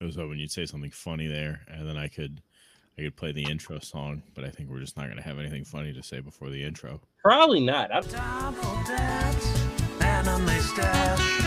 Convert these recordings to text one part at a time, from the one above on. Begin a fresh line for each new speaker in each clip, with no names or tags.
I was hoping you'd say something funny there, and then I could I could play the intro song, but I think we're just not gonna have anything funny to say before the intro.
Probably not. I,
Double dance, anime stash.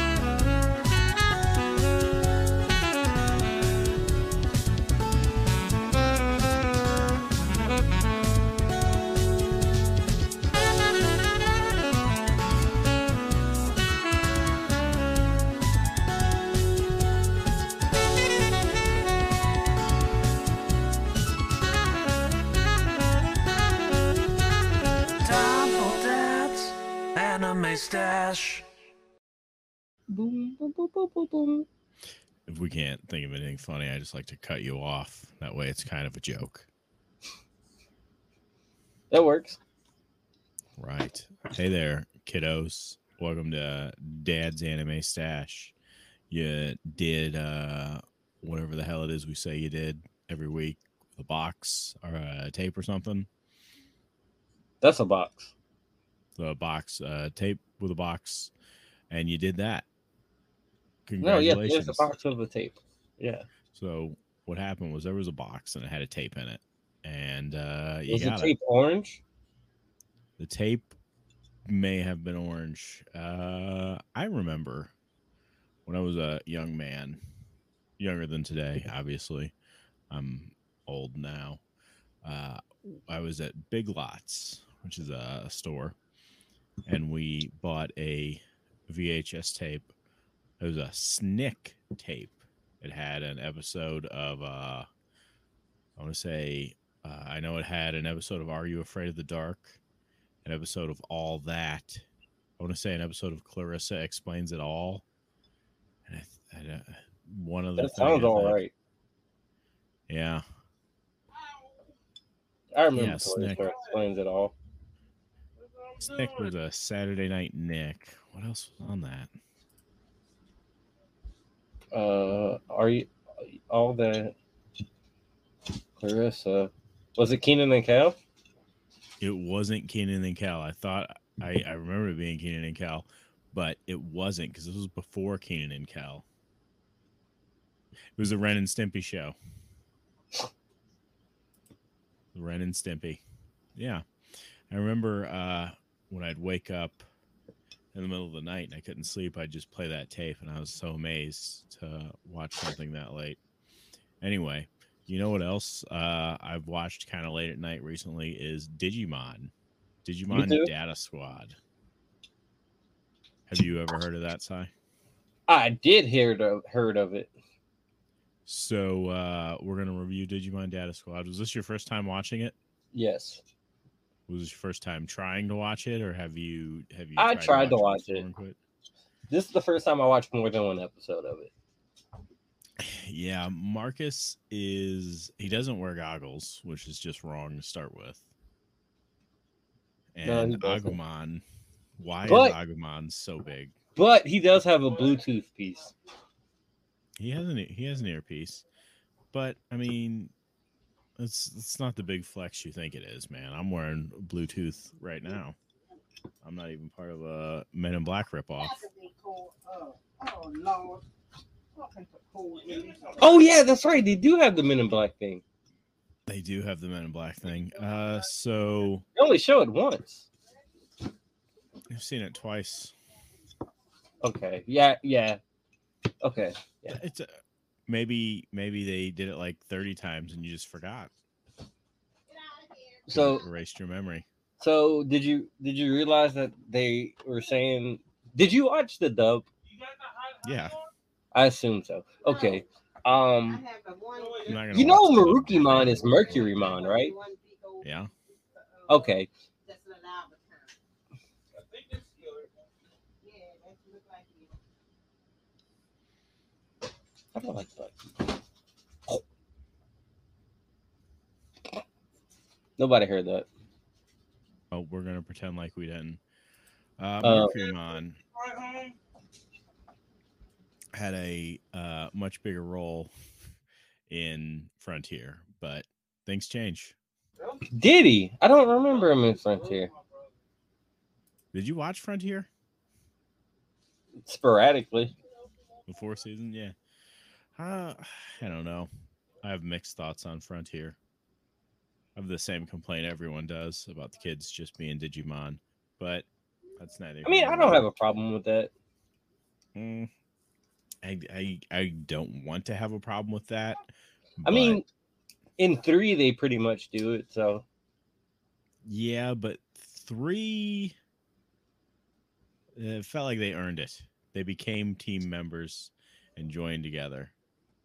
Double dance, anime stash.
boom, boom, boom, boom, boom, boom.
If we can't think of anything funny, I just like to cut you off. That way it's kind of a joke.
That works.
Right. Hey there, kiddos. Welcome to Dad's Anime Stash. You did uh whatever the hell it is we say you did every week with a box or a tape or something.
That's a box.
The box uh tape with a box and you did that.
No, yeah, there's
Congratulations.
a box with a tape. Yeah.
So what happened was there was a box and it had a tape in it. And uh you
Is the
got it.
tape orange?
The tape may have been orange. Uh, I remember when I was a young man, younger than today, obviously. I'm old now. Uh, I was at Big Lots, which is a, a store, and we bought a VHS tape. It was a Snick tape. It had an episode of, uh, I want to say, uh, I know it had an episode of Are You Afraid of the Dark? an episode of All That. I want to say an episode of Clarissa Explains It All. And I, th- I, don't- one of the
That sounds all right.
Yeah,
I remember
Yeah,
Toy
snack.
Story explains it all.
Nick was a Saturday Night Nick. What else was on that?
Uh, are you all that? Clarissa, was it Keenan and Cal?
It wasn't Kenan and Cal. I thought I, I remember it being Kenan and Cal, but it wasn't because this was before Kenan and Cal. It was the Ren and Stimpy show. The Ren and Stimpy. Yeah. I remember uh, when I'd wake up in the middle of the night and I couldn't sleep, I'd just play that tape and I was so amazed to watch something that late. Anyway, you know what else uh, I've watched kind of late at night recently is Digimon, Digimon
too.
Data Squad. Have you ever heard of that, Sai?
I did hear the, heard of it.
So uh, we're gonna review Digimon Data Squad. Was this your first time watching it?
Yes,
Was this your first time trying to watch it, or have you have you?
I tried to watch
before
it.
and quit?
this is the first time I watched more than one episode of it.
Yeah, Marcus is he doesn't wear goggles, which is just wrong to start with.
No, he
And
doesn't.
Agumon, why
But-
is Agumon so big?
But he does have a Bluetooth piece.
He has an he has an earpiece, but I mean, it's it's not the big flex you think it is, man. I'm wearing Bluetooth right now. I'm not even part of a Men in Black ripoff.
Oh yeah, that's right. They do have the Men in Black thing.
They do have the Men in Black thing. Uh, so
They only show it once.
I've seen it twice.
Okay. Yeah. Yeah. Okay. Yeah.
It's uh maybe maybe they did it like 30 times and you just forgot.
So
erased your memory.
so did you did you realize that they were saying? Did you watch the dub?
Yeah,
I assume so. Okay. Um.
I'm not gonna
You know,
watch the dub.
Marukimon is Mercurymon, right?
Yeah,
Okay. I don't like black people. Nobody heard that.
oh, we're gonna pretend like we didn't. Uh,
Uh,
Mercurymon had a uh, much bigger role in Frontier, but things change.
Did he? I don't remember him in Frontier.
Did you watch Frontier?
Sporadically.
The fourth season, yeah. Uh, I don't know. I have mixed thoughts on Frontier. I have the same complaint everyone does about the kids just being Digimon, but that's neither.
I mean,
here
I
nor
don't
there.
have a problem with that.
Mm, I, I I don't want to have a problem with that.
I
but-
mean, in three, they pretty much do it. So
yeah, but three. It felt like they earned it. They became team members and joined together.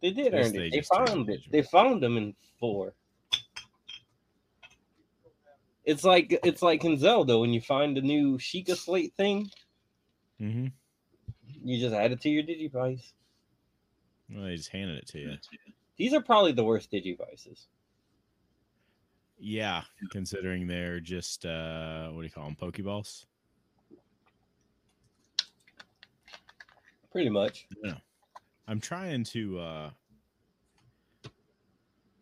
they did
Yes,
earn
they
it. They
just turned
found it.
individual.
They found them in four. It's like it's like in Zelda when you find the new Sheikah Slate thing,
Mm-hmm.
you just add it to your Digivice.
Well, they just handed it to you.
These are probably the worst Digivices.
Yeah, considering they're just uh what do you call them, Pokeballs?
Pretty much.
I'm trying to uh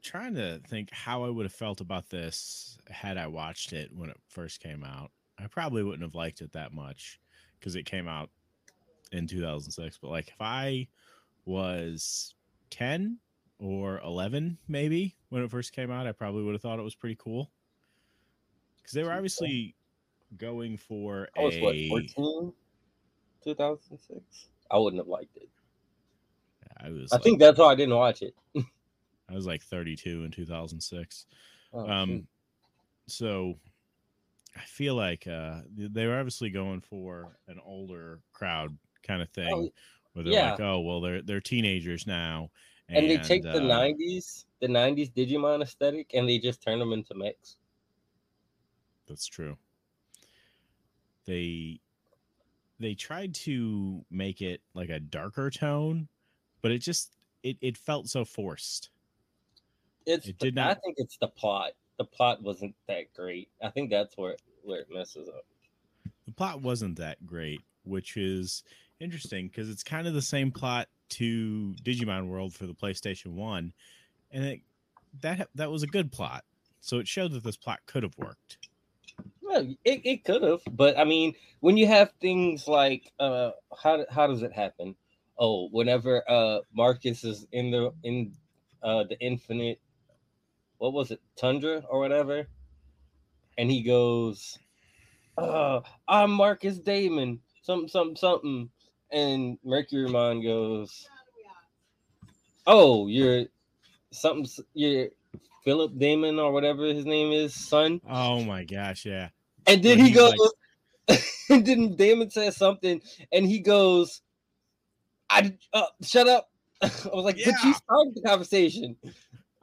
trying to think how I would have felt about this had I watched it when it first came out. I probably wouldn't have liked it that much because it came out in 2006, but like if I was 10 or 11 maybe when it first came out, I probably would have thought it was pretty cool. Cuz they were
Okay.
obviously going for
I was what,
a
14? 2006? I wouldn't have liked it.
I was
I
like-
think that's why I didn't watch it.
I was like 32 in 2006.
Oh, shoot.
um, so I feel like uh, th- they were obviously going for an older crowd kind of thing,
Oh,
where they're
yeah.
like, "Oh, well, they're they're teenagers now,"
Oh, and they take the
uh,
90s, the 90s Digimon aesthetic, and they just turn them into mechs.
That's true. They they tried to make it like a darker tone, but it just it it felt so forced.
It's
It
the-
did
I
not-
think it's the plot. The plot wasn't that great. I think that's where where it messes up.
the plot wasn't that great, which is interesting because it's kind of the same plot to Digimon World for the PlayStation One, and it, that that was a good plot. So it showed that this plot could have worked.
Well, it, it could have, but I mean, when you have things like uh how how does it happen? Oh, whenever uh Marcus is in the in uh the infinite what was it, tundra or whatever, and he goes, Uh, I'm Marcus Damon, something something something and Mercurymon goes, Oh, you're something s- you're Philip Damon or whatever his name is, son.
Oh my gosh, yeah.
And then
When
he
he's
goes,
like-
and then Damon says something, and he goes, "I uh, shut up." I was like, "But
Yeah.
you started the conversation."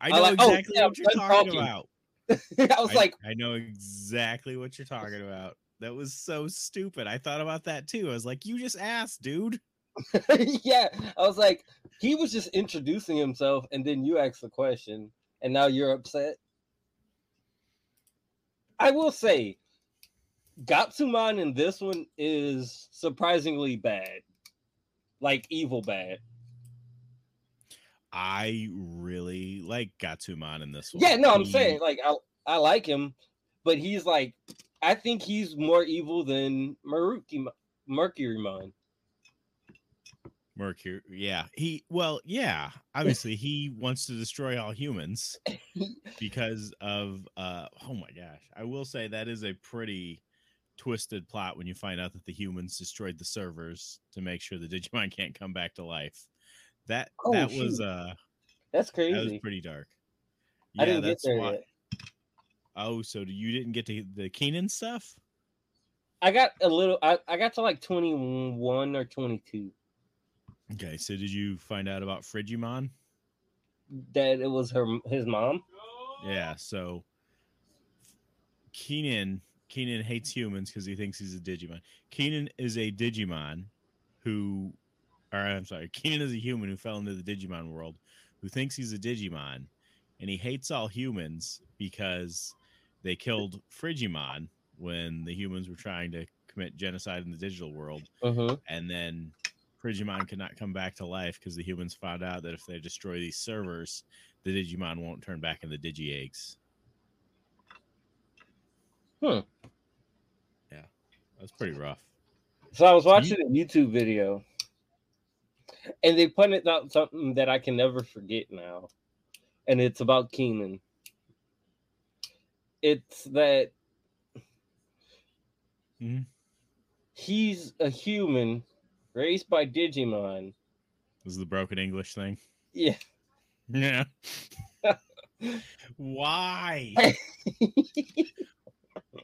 I
I
know
like- oh,
exactly
yeah,
what you're
I'm
talking,
talking.
about.
I was
I,
like,
I know exactly what you're talking about. That was so stupid. I thought about that too. I was like, you just asked, dude.
"Yeah." I was like, "He was just introducing himself, and then you asked the question, and now you're upset." I will say, Gatsuman in this one is surprisingly bad, like evil bad.
I really like Gatsuman in this one.
Yeah, no, I'm
He-
saying like I I like him, but he's like I think he's more evil than Maruki Mercurymon.
Mercury. Yeah. He well, yeah. Obviously he wants to destroy all humans because of uh oh my gosh. I will say that is a pretty twisted plot when you find out that the humans destroyed the servers to make sure the Digimon can't come back to life. That
Oh,
that was
shoot.
uh
That's crazy.
that was pretty dark.
I didn't get there yet.
Oh, so you didn't get to the Keenan stuff?
I got a little I, I got to like 21 or 22
Okay, so did you find out about Frigimon?
that it was her his mom.
Yeah, so Keenan Keenan hates humans because he thinks he's a Digimon. Keenan is a Digimon who or I'm sorry, Keenan is a human who fell into the Digimon world who thinks he's a Digimon and he hates all humans because they killed Frigimon when the humans were trying to commit genocide in the digital world
Mhm.
and then Frigimon could not come back to life because the humans found out that if they destroy these servers, the Digimon won't turn back into Digi eggs.
Hmm.
Yeah, that's pretty rough.
So I was
you-
watching a YouTube video and they pointed out something that I can never forget now, and it's about Keenan. It's that
Mhm.
he's a human raised by Digimon.
This is the broken English thing.
Yeah,
Yeah. Why?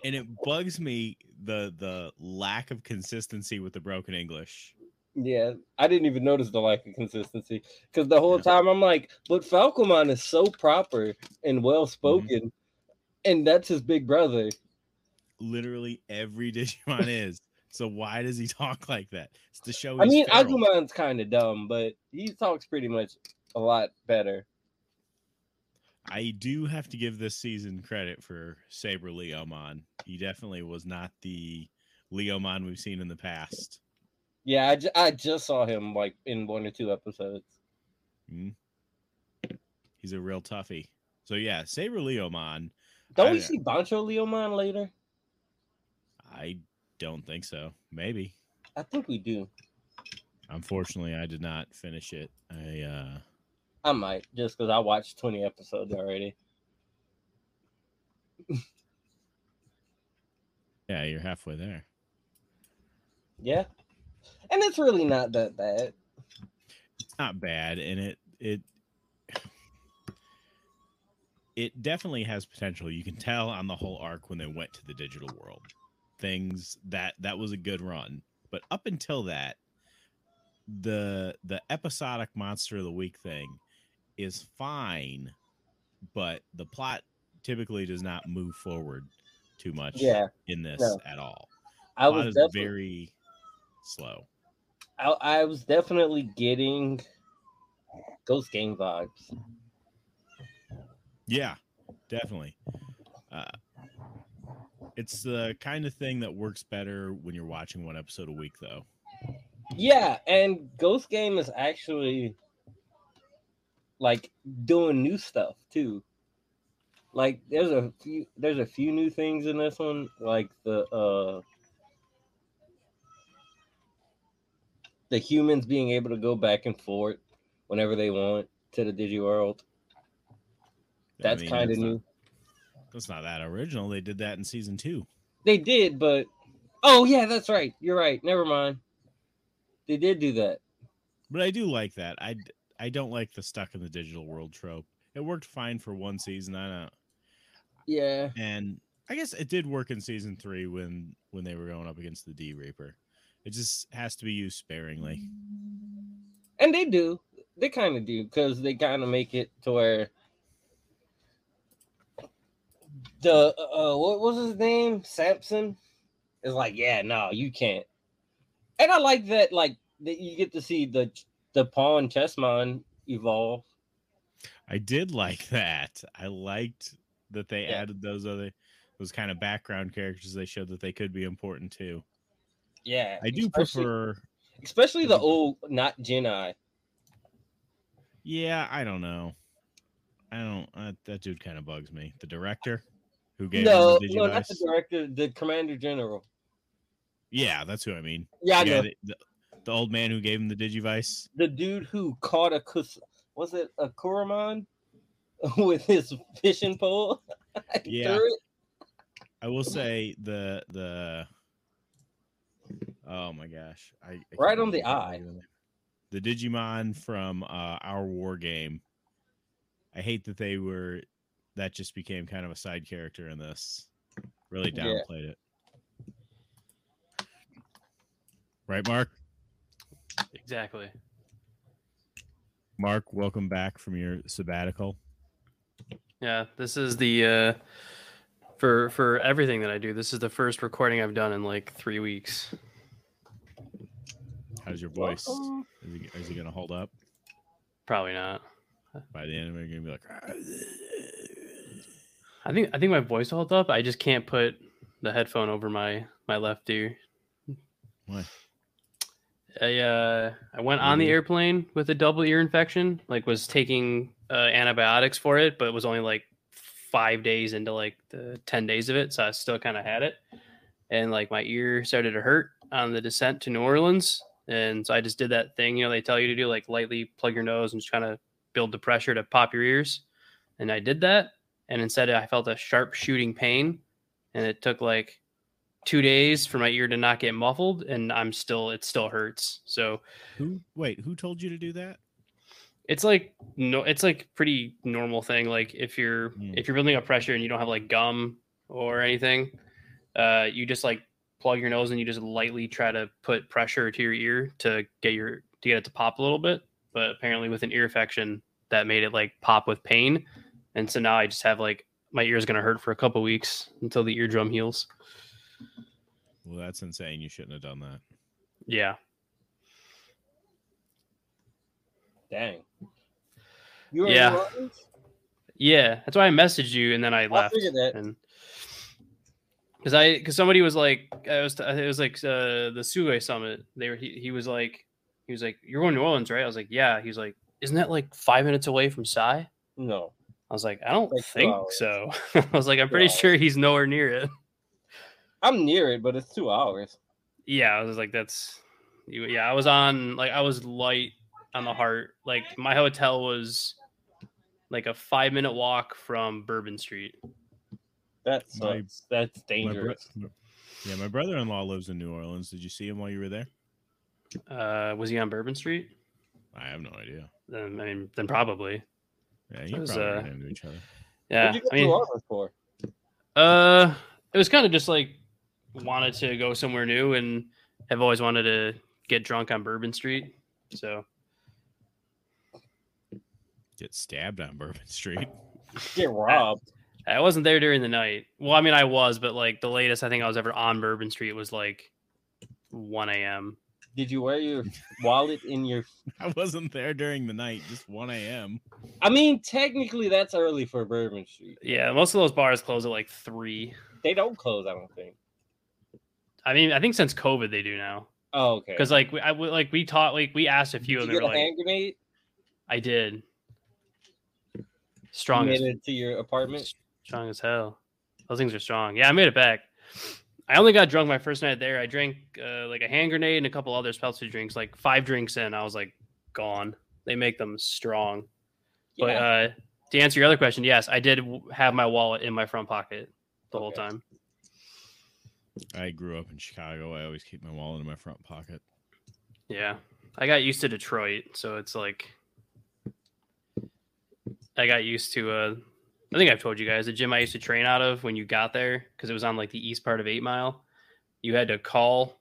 and it bugs me the the lack of consistency with the broken English.
yeah. I didn't even notice the lack of consistency because the whole
Yeah.
time I'm like, but Falcomon is so proper and well spoken,
Mm-hmm.
and that's his big brother.
Literally every Digimon is. So why does he talk like that? It's the show.
I
he's
mean,
feral.
Agumon's kind of dumb, but he talks pretty much a lot better.
I do have to give this season credit for Saber Leomon. He definitely was not the Leomon we've seen in the past.
Yeah, I, ju- I just saw him like in one or two episodes.
He's a real toughie. So yeah, Saber Leomon.
Don't
I-
we see Bancho Leomon later?
I don't think so. Maybe.
I think we do.
Unfortunately, I did not finish it. I uh
I might just because I watched 20 episodes already.
yeah, you're halfway there.
Yeah, and it's really not that bad.
It's not bad and it it it definitely has potential. You can tell on the whole arc when they went to the digital world. Things that that was a good run. But up until that the the episodic monster of the week thing is fine, but the plot typically does not move forward too much
Yeah,
in this
no.
at all.
I
plot
was
is
definitely
very slow.
I, I was definitely getting Ghost Game vibes.
Yeah, definitely. Uh, it's the kind of thing that works better when you're watching one episode a week, though.
Yeah, and Ghost Game is actually like doing new stuff too. Like there's a few there's a few new things in this one, like the uh the humans being able to go back and forth whenever they want to the digi world. That's kind of
that's not-
new.
That's not that original. They did that in season two.
They did, but oh yeah, that's right. You're right. Never mind. They did do that.
But I do like that. I d- I don't like the stuck in the digital world trope. It worked fine for one season. I don't,
Yeah.
and I guess it did work in season three when when they were going up against the D Reaper. It just has to be used sparingly.
And they do. They kind of do because they kind of make it to where the uh, what was his name Samson is like, yeah, no, you can't. And I like that, like that you get to see the the Paul and Chessmon evolve.
I did like that. I liked that they
Yeah.
added those other those kind of background characters they showed that they could be important too.
Yeah,
I do
especially-
prefer
especially the old not Jedi.
Yeah, I don't know. I don't uh, that dude kind of bugs me. The director who gave
No,
him the
no, not the
Digivice?
director, the Commander General.
Yeah, that's who I mean.
Yeah, I
yeah,
know.
the, the, the old man who gave him the Digivice.
the dude who caught a kus was it a Kuramon with his fishing pole? He
Yeah.
threw it.
I will say the the oh my gosh, I, I can't
Right on
remember
the
what
eye.
they're doing. The Digimon from uh, our war game. I hate that they were that just became kind of a side character in this. Really
Yeah.
downplayed it. Right, Mark.
Exactly.
Mark, welcome back from your sabbatical.
Yeah, this is the uh for for everything that I do. This is the first recording I've done in like 3 weeks.
How's your voice? Is he, is he gonna hold up?
Probably not.
By the end of it, you're gonna be like
I think I think my voice holds up. I just can't put the headphone over my my left ear.
Why?
I uh I went on the
Mhm.
airplane with a double ear infection. Like was taking uh, antibiotics for it, but was only like five days into like the ten days of it, so I still kind of had it. And like my ear started to hurt on the descent to New Orleans, And so I just did that thing, you know, they tell you to do like lightly plug your nose and just kind of build the pressure to pop your ears. And I did that. And instead, I felt a sharp shooting pain. And it took like two days for my ear to not get muffled. And I'm still, it still hurts. So
Who? Wait, who told you to do that?
it's like no it's like pretty normal thing like if you're
Hmm.
if you're building up pressure and you don't have like gum or anything uh you just like plug your nose and you just lightly try to put pressure to your ear to get your to get it to pop a little bit but apparently with an ear infection that made it like pop with pain and so now i just have like my ear's gonna hurt for a couple weeks until the eardrum heals
Well, that's insane. You shouldn't have done that.
yeah
Dang. You were in
Yeah.
New Orleans?
Yeah, that's why I messaged you and then I left.
figured that.
And because I because somebody was like I was it was like uh, the Sue summit. They were he, he was like he was like you're going to New Orleans right? I was like yeah. He's like isn't that like five minutes away from Psy? I
No.
was like I don't
Like two
think
hours.
so. I was like I'm pretty
hours.
sure he's nowhere near it.
I'm near it, but it's two hours.
Yeah, I was like that's you- yeah. I was on like I was light on the heart. Like my hotel was like a five minute walk from Bourbon Street.
That
My-
sucks. That's
My bro-
dangerous.
yeah, my brother-in-law lives in New Orleans. Did you see him while you were there?
Uh, was he on Bourbon Street?
I have no idea.
Um, I mean, then probably.
Yeah,
It
you
was,
probably
uh,
ran into each other.
Yeah.
What'd you go
I
to New
mean,
Orleans for?
uh, it was kind of just like wanted to go somewhere new, and I've always wanted to get drunk on Bourbon Street. So
Get stabbed on Bourbon Street.
Get robbed.
I wasn't there during the night. Well, I mean, I was, but like the latest I think I was ever on Bourbon Street was like 1 a.m.
Did you wear your wallet in your?
I wasn't there during the night, just 1 a.m.
I mean, technically, that's early for Bourbon Street.
Yeah, most of those bars close at like three.
They don't close. I don't think.
I mean, I think since COVID they do now
Oh, okay.
because like we, I, we- like we taught like we asked a few
Did
and
you
they
get
were
a
like,
hand grenade?
I did.
You
Strong as
made it to your apartment.
Strong as hell. Those things are strong. Yeah, I made it back. I only got drunk my first night there. I drank uh, like a hand grenade and a couple other specialty drinks. Like five drinks in, I was like gone. They make them strong. But
Yeah.
uh, to answer your other question, yes, I did w- have my wallet in my front pocket the whole
Okay.
time.
I grew up in Chicago. I always keep my wallet in my front pocket.
Yeah, I got used to Detroit, so it's like I got used to. Uh, I think I've told you guys the gym I used to train out of when you got there because it was on like the east part of Eight Mile. You had to call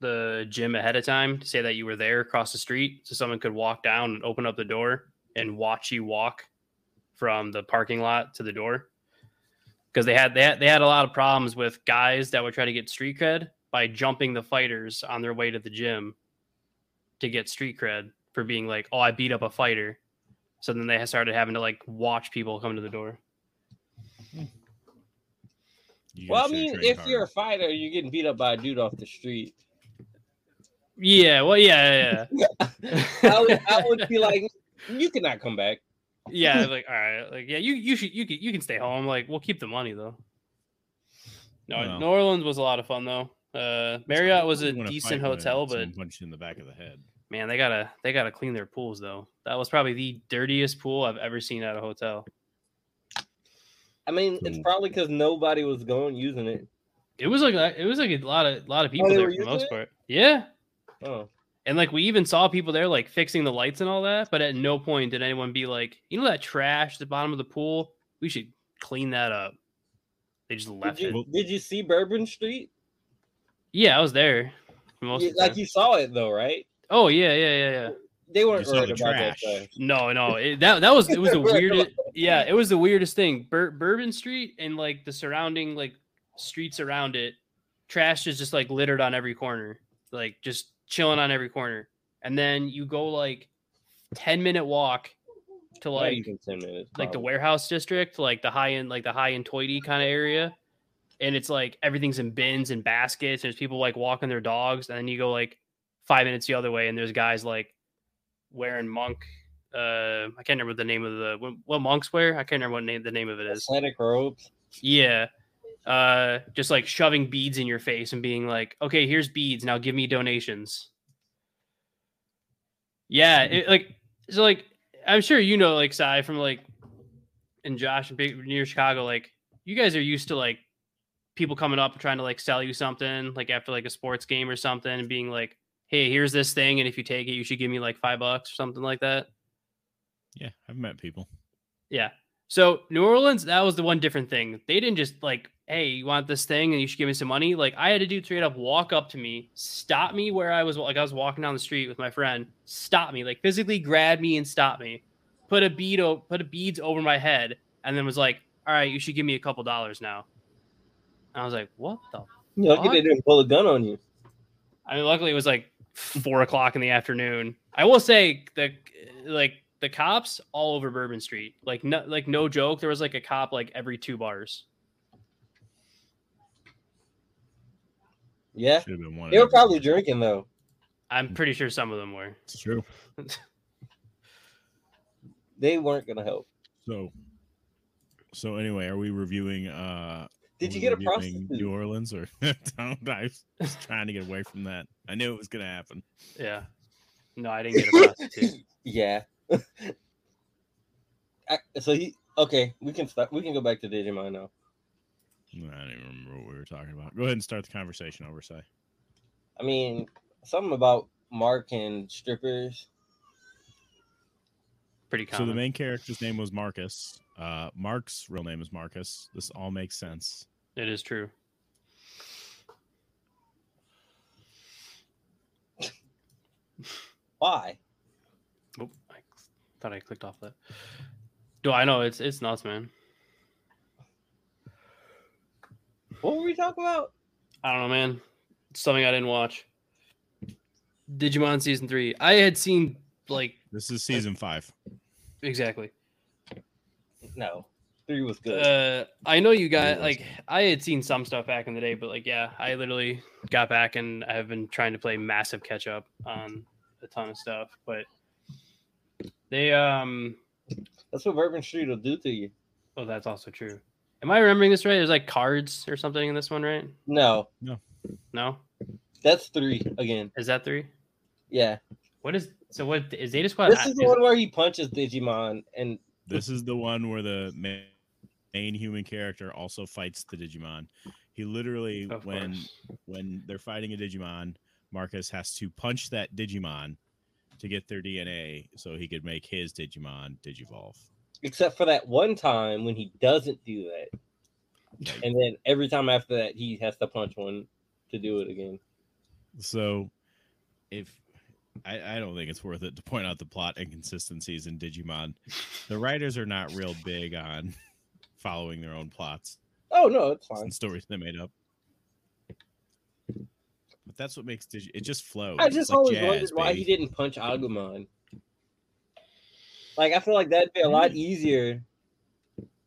the gym ahead of time to say that you were there across the street, so someone could walk down and open up the door and watch you walk from the parking lot to the door. Because they had, they had they had a lot of problems with guys that would try to get street cred by jumping the fighters on their way to the gym to get street cred for being like, oh, I beat up a fighter. So then they started having to like watch people come to the door.
You
well, I
guys should've
mean,
trained
if
harder.
you're a fighter, you're getting beat up by a dude off the street.
Yeah, well, yeah, yeah, yeah.
I would, I would be like, you cannot come back.
yeah, it's like all right, like yeah, you you should you can you can stay home. Like we'll keep the money though. No,
Well.
New Orleans was a lot of fun though. Uh, Marriott was a
You wanna
decent
fight when
hotel, but
someone punches you in the back of the head.
man, they gotta they gotta clean their pools though. That was probably the dirtiest pool I've ever seen at a hotel.
I mean, it's
Mm.
probably because nobody was going using it.
It was like a- it was like a lot of lot of people
they
there
were
for the
using
most
it?
part. Yeah,
Oh,
And like we even saw people there like fixing the lights and all that, but at no point did anyone be like, you know that trash at the bottom of the pool? We should clean that up. They just
did
left it.
you, did you see Bourbon Street?
Yeah, I was there. for Most
You-
of the
like
time.
you saw it though, right?
oh yeah, yeah, yeah, yeah.
They weren't
You saw
right
the
about that.
trash.
Though.
No, no, it, that that was it was the
Right,
weirdest. Yeah, it was the weirdest thing. Bur- Bourbon Street and like the surrounding like streets around it, trash is just like littered on every corner, like just chilling on every corner. And then you go like ten minute walk to
Not
like
even 10 minutes,
like the
probably.
warehouse district, like the high end, like the high end toity kind of area. And it's like everything's in bins and baskets. There's people like walking their dogs, and then you go like five minutes the other way, and there's guys like wearing monk. Uh, I can't remember the name of the what, what monks wear. I can't remember what name the name of it is.
Atlantic robes.
Yeah. Uh, just like shoving beads in your face and being like, "Okay, here's beads. Now give me donations." Yeah, it, like so, like I'm sure you know, like Sai from like and Josh and Big near Chicago, like you guys are used to like people coming up and trying to like sell you something, like after like a sports game or something, and being like, "Hey, here's this thing, and if you take it, you should give me like five bucks or something like that."
Yeah, I've met people.
Yeah. So New Orleans, that was the one different thing. They didn't just like, hey, you want this thing and you should give me some money. Like I had to do straight up walk up to me, stop me where I was like I was walking down the street with my friend, stop me, like physically grab me and stop me, put a bead o- put a beads over my head, and then was like, All right, you should give me a couple dollars now. And I was like, What the
You know, they didn't pull a gun on you.
I mean, luckily it was like four o'clock in the afternoon. I will say the like the cops all over Bourbon Street, like no like no joke. There was like a cop like every two bars.
Yeah,
Should have been one.
they were
of them.
probably drinking though.
Mm.
I'm pretty sure some of them were.
It's true.
They weren't gonna help.
So, so anyway, are we reviewing? uh
Did
are
you
we
get a
reviewing
prostitute?
New Orleans or don't? I was trying to get away from that. I knew it was gonna happen.
Yeah. No, I didn't get a prostitute.
yeah. I, so he okay. We can stop. We can go back to Digimon now.
I don't even remember what we were talking about. Go ahead and start the conversation over, say.
I mean, something about Mark and strippers.
Pretty
So
common.
the main character's name was Marcus. Uh, Mark's real name is Marcus. This all makes sense.
It is true.
Why?
Oop, I thought I clicked off that. Do I know it's it's nuts, man.
What were we talking about?
I don't know, man. It's something I didn't watch. Digimon season three. I had seen like
This is season five.
exactly.
No, three was good.
Uh, I know you got
Really
like I had seen some stuff back in the day, but like yeah, I literally got back and I've been trying to play massive catch up on a ton of stuff. But they um,
That's what Bourbon Street will do to you.
oh, that's also true. Am I remembering this right? There's like cards or something in this one, right?
No,
No,
that's three again.
is that three?
Yeah,
What is so? What is Data Squad?
this is the one where he punches Digimon, and
This is the one where the ma- main human character also fights the Digimon. He literally,
Of
when
course.
when they're fighting a Digimon, Marcus has to punch that Digimon to get their DNA so he could make his Digimon Digivolve.
except for that one time when he doesn't do that, and then every time after that he has to punch one to do it again.
So, if I, I don't think it's worth it to point out the plot inconsistencies in Digimon, the writers are not real big on following their own plots
Oh no, it's fine.
and stories they made up. But that's what makes Digi- it just flows.
I
It's
just
like
always
jazz,
wondered why
baby.
he didn't punch Agumon. Like I feel like that'd be a lot easier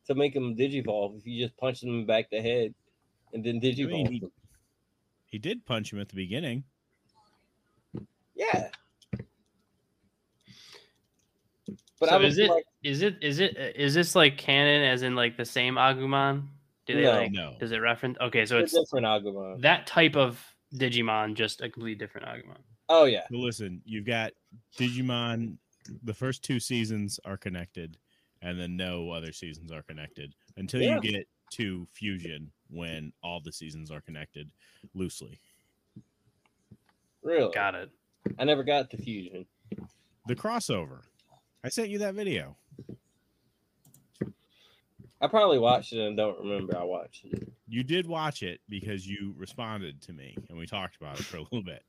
to make him digivolve if you just punched him in the back of the head and then digivolve.
he-
him.
He did punch him at the beginning.
Yeah. But
So
I was
is it-
like,
Is it is it is this like canon as in like the same Agumon? Do they
No.
like?
No.
Does it reference? Okay, so
it's
it's
a different Agumon.
that type of Digimon, just a completely different Agumon.
oh yeah,
Well, listen, you've got Digimon. The first two seasons are connected, and then no other seasons are connected until
Yeah.
you get to Fusion, when all the seasons are connected loosely.
really.
Got it.
I never got the fusion.
The crossover. I sent you that video.
I probably watched it and don't remember I watched it.
You did watch it because you responded to me, and we talked about it for a little bit.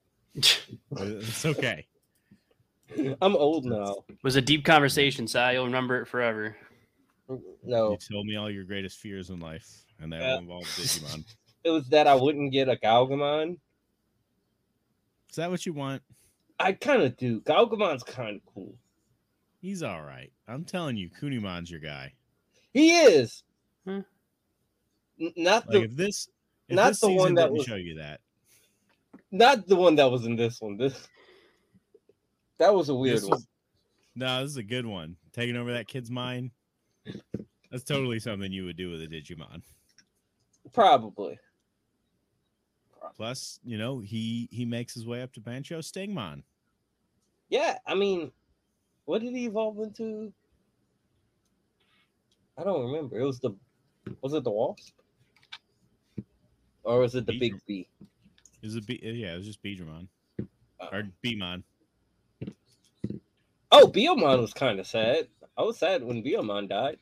But It's okay.
I'm old now.
was a deep conversation, Sai. You'll remember it forever.
You
No,
told me all your greatest fears in life, and that
Yeah.
will involve Digimon.
it was that I wouldn't get a Galgamon.
Is that what you want?
I kind of do. Galgamon's kind of cool.
He's all right. I'm telling you, Kunimon's your guy.
He is.
Hmm.
N- Not the
Like if this, if
not
this
the one
season
that
didn't
was-
show you that.
not the one that was in this one. This that was a weird
This
one.
was- no, this is a good one. Taking over that kid's mind. That's totally something you would do with a Digimon.
Probably.
Plus, you know, he he makes his way up to Bancho Stingmon.
Yeah, I mean, what did he evolve into? I don't remember. It was the was it the wasp? Or was it the big B?
Is it B? uh, Yeah, it was just Beedramon
Uh,
or Beemon.
Oh, Beomon was kind of sad. I was sad when Beomon died.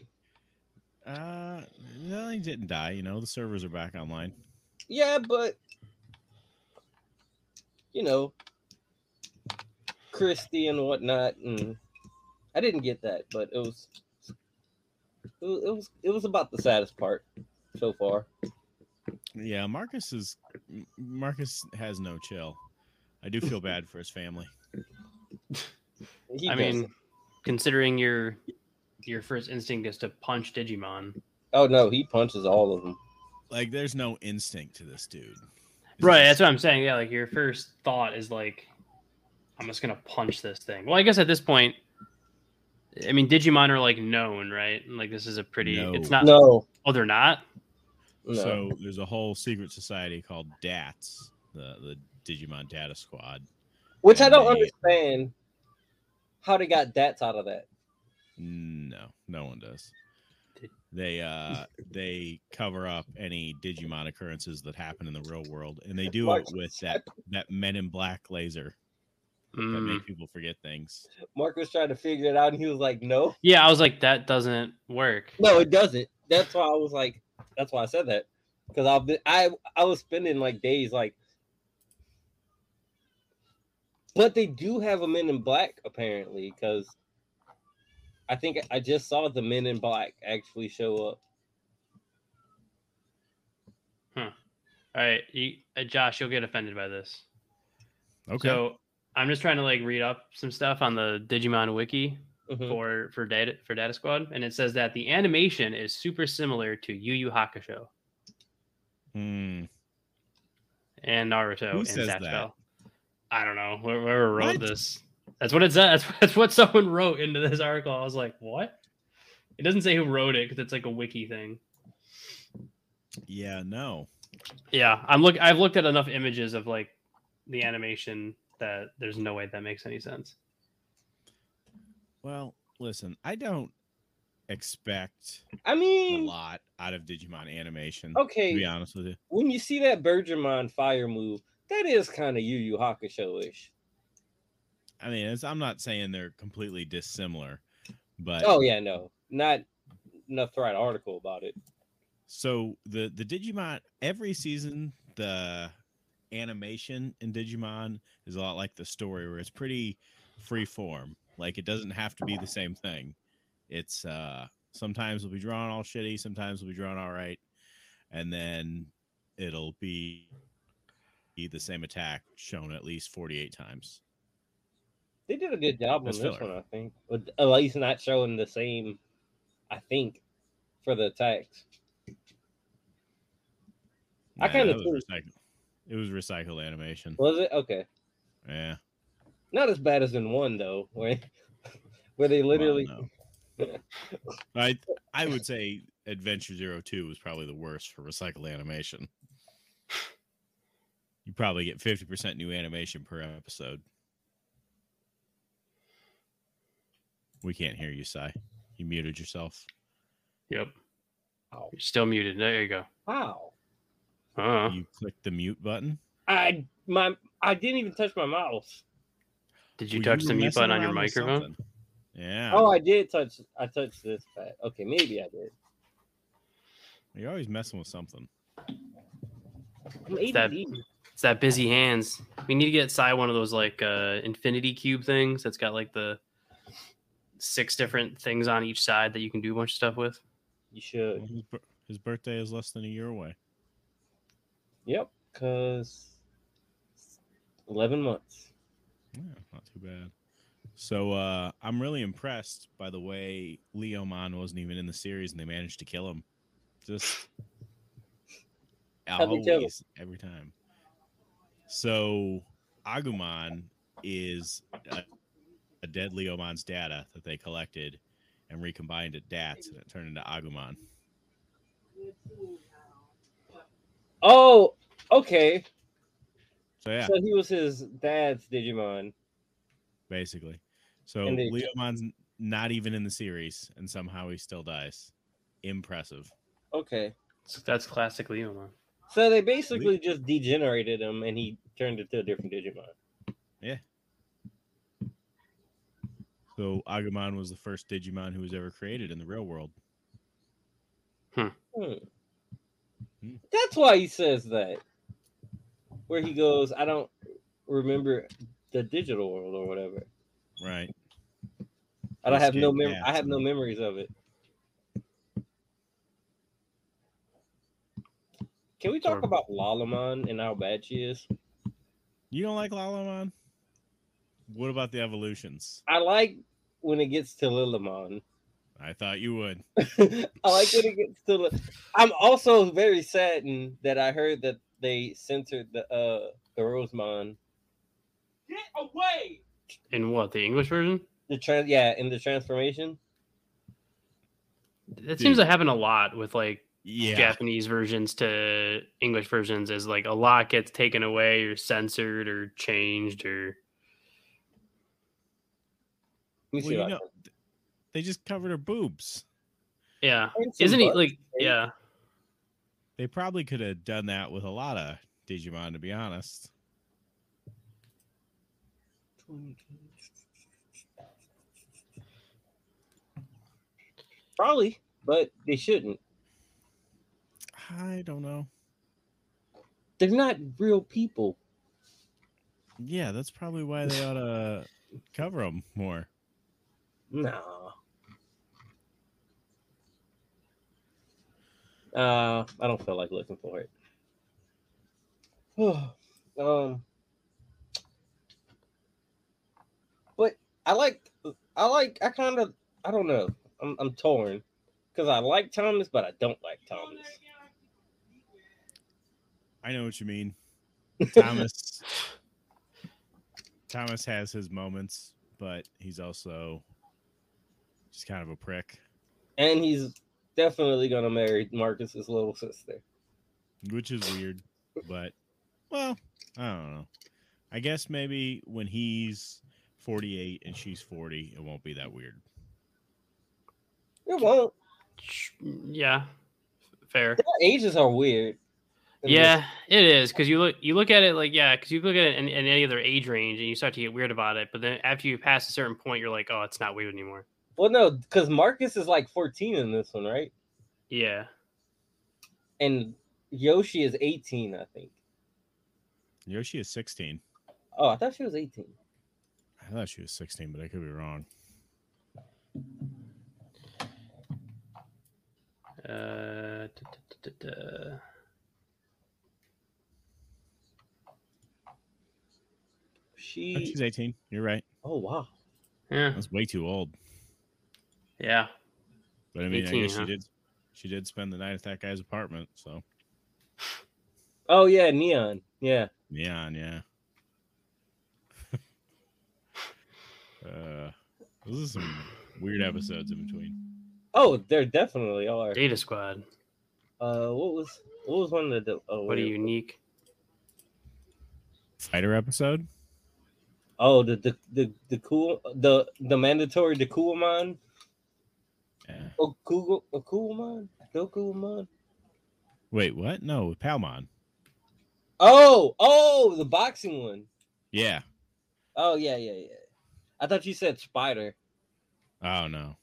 Uh, no, he didn't die. You know, the servers are back online.
Yeah, but you know, Christie and whatnot, and I didn't get that, but it was it was it was, it was about the saddest part so far.
Yeah, Marcus is M- Marcus has no chill. I do feel bad for his family.
He
I
doesn't.
mean, considering your your first instinct is to punch Digimon,
oh no, he punches all of them.
Like, there's no instinct to this dude. It's
right?
just-
That's what I'm saying. Yeah, like your first thought is like, I'm just gonna punch this thing. Well, I guess at this point, I mean, Digimon are like known, right? And, Like this is a pretty.
No.
It's not.
No,
Oh, they're not.
no.
So there's a whole secret society called DATS, the the Digimon Data Squad.
Which I don't
they-
understand how they got dats out of that.
No, no one does. They uh they cover up any Digimon occurrences that happen in the real world, and they do it with that that Men in Black laser that
Hmm.
Mm.
make people forget things.
Mark was trying to figure it out, and he was like, "No,
Yeah, I was like, that doesn't work.
No, it doesn't. That's why I was like, that's why I said that because I've been, I I was spending like days like. But they do have a Men in Black apparently because I think I just saw the Men in Black actually show up.
All right, you, uh, Josh, you'll get offended by this.
Okay.
So I'm just trying to like read up some stuff on the Digimon Wiki
Mhm.
for for data for Data Squad, and it says that the animation is super similar to Yu Yu Hakusho
Hmm.
and Naruto
Who
and
says that?
Zatch Bell. I don't know whoever whoever wrote
What?
this. That's what it says. That's, that's what someone wrote into this article. I was like, what? It doesn't say who wrote it because it's like a wiki thing.
Yeah. No.
Yeah, I'm look. I've looked at enough images of like the animation that there's no way that makes any sense.
Well, listen, I don't expect
I
a
mean,
lot out of Digimon animation. To be
Hmm. okay,
honest with you,
when you see that Bergermon fire move, that is kind of Yu Yu Hakusho ish.
I mean, it's, I'm not saying they're completely dissimilar, but
Oh yeah, no, not enough to write an article about it.
So the the Digimon every season the animation in Digimon is a lot like the story where it's pretty free form. Like it doesn't have to be the same thing. It's uh sometimes it'll be drawn all shitty, sometimes it'll be drawn all right, and then it'll be be the same attack shown at least 48 times.
They did a good job on
That's
this
filler.
one, I think. With at least not showing the same, I think, for the attacks. I
Nah,
kinda
that was recycled. It was recycled animation.
Was it okay?
Yeah.
Not as bad as in one though, where where they
Well,
literally
no. I I would say Adventure Zero Two was probably the worst for recycled animation. You probably get fifty percent new animation per episode. We can't hear you, Sai. You muted yourself.
Yep.
Ow.
You're still muted. There you go.
wow.
Oh,
You clicked the mute button.
I my I didn't even touch my mouse.
did you
Well,
touch
were
the mute
messing
button on your
around with
microphone?
something. Yeah.
Oh, I did touch. I touched this pad. Okay, maybe I did.
You're always messing with something.
I'm
It's that-
ADD.
It's that busy hands. We need to get Cy one of those like uh, infinity cube things that's got like the six different things on each side that you can do a bunch of stuff with.
You should.
Well, His, bir- his birthday is less than a year away.
Yep, cause eleven months.
Yeah, not too bad. So uh, I'm really impressed by the way Leo Mon wasn't even in the series and they managed to kill him. Just
How'd they kill him?
always every time. So Agumon is a, a dead Leomon's data that they collected and recombined at DATS and it turned into Agumon.
Oh, okay.
So yeah,
So he was his dad's Digimon.
basically. So
And they-
Leomon's n- not even in the series, and somehow he still dies. Impressive.
Okay.
So that's classic Leomon.
So they basically just degenerated him and he turned into a different Digimon.
So Agumon was the first Digimon who was ever created in the real world.
Hmm.
Hmm.
That's why he says that. Where he goes, I don't remember the digital world or whatever.
Right.
I don't have no
Escape
mem- I
paths
have no
and-
memories of it. Can we talk
Horrible.
about Lalamon and how bad she is?
You don't like Lalamon? What about the evolutions?
I like when it gets to Lilamon.
I thought you would.
I like when it gets to. Li- I'm also very saddened that I heard that they censored the uh the Rosemon
In what the English version?
the trans yeah in the transformation.
That seems
Dude.
to happen a lot with like
Yeah.
Japanese versions to English versions. Is like a lot gets taken away or censored or changed or
We
Well,
see
you
what-
know, th- they just covered her boobs.
yeah.
and some
Isn't he
butt.
like yeah?
They probably could have done that with a lot of Digimon, to be honest.
Probably, but they shouldn't.
I don't know.
They're not real people.
Yeah, that's probably why they ought to cover them more.
No. Uh, I don't feel like looking for it. um, but I like, I like, I kind of, I don't know, I'm, I'm torn because I like Thomas, but I don't like Thomas.
I know what you mean. Thomas Thomas has his moments, but he's also just kind of a prick,
And he's definitely gonna marry Marcus's little sister.
which is weird, but well, I don't know. I guess maybe when he's 48 and she's 40, it won't be that weird.
It won't.
Sh- Yeah, fair.
Their ages are weird.
Yeah, it is because you look you look at it like yeah because you look at it in, in any other age range and you start to get weird about it. But then after you pass a certain point, you're like, oh, it's not weird anymore.
Well, no, because Marcus is like 14 in this one, right?
Yeah,
and Yoshi is 18, I think.
Yoshi is 16.
Oh, I thought she was 18.
I thought she was 16, but I could be wrong. Oh,
Uh, duh, duh, duh, duh, duh.
Oh,
She
she's 18. You're right.
Oh wow.
Yeah,
That's way too old.
yeah.
But I mean, I
18,
guess
huh?
she did. She did spend the night at that guy's apartment. So
Oh yeah, Neon. Yeah.
neon, yeah. uh, those are some weird episodes in between.
Oh, there definitely are.
Data Squad.
Uh what was what was one of the oh
What a
wait.
unique.
Fighter episode.
Oh the the the, the cool the the mandatory the coolmon?
Yeah.
Oh Google oh, coolmon? No coolmon?
Wait, what? No, Palmon.
Oh, oh the boxing one.
Yeah.
Oh yeah, yeah, yeah. I thought you said spider.
Oh no.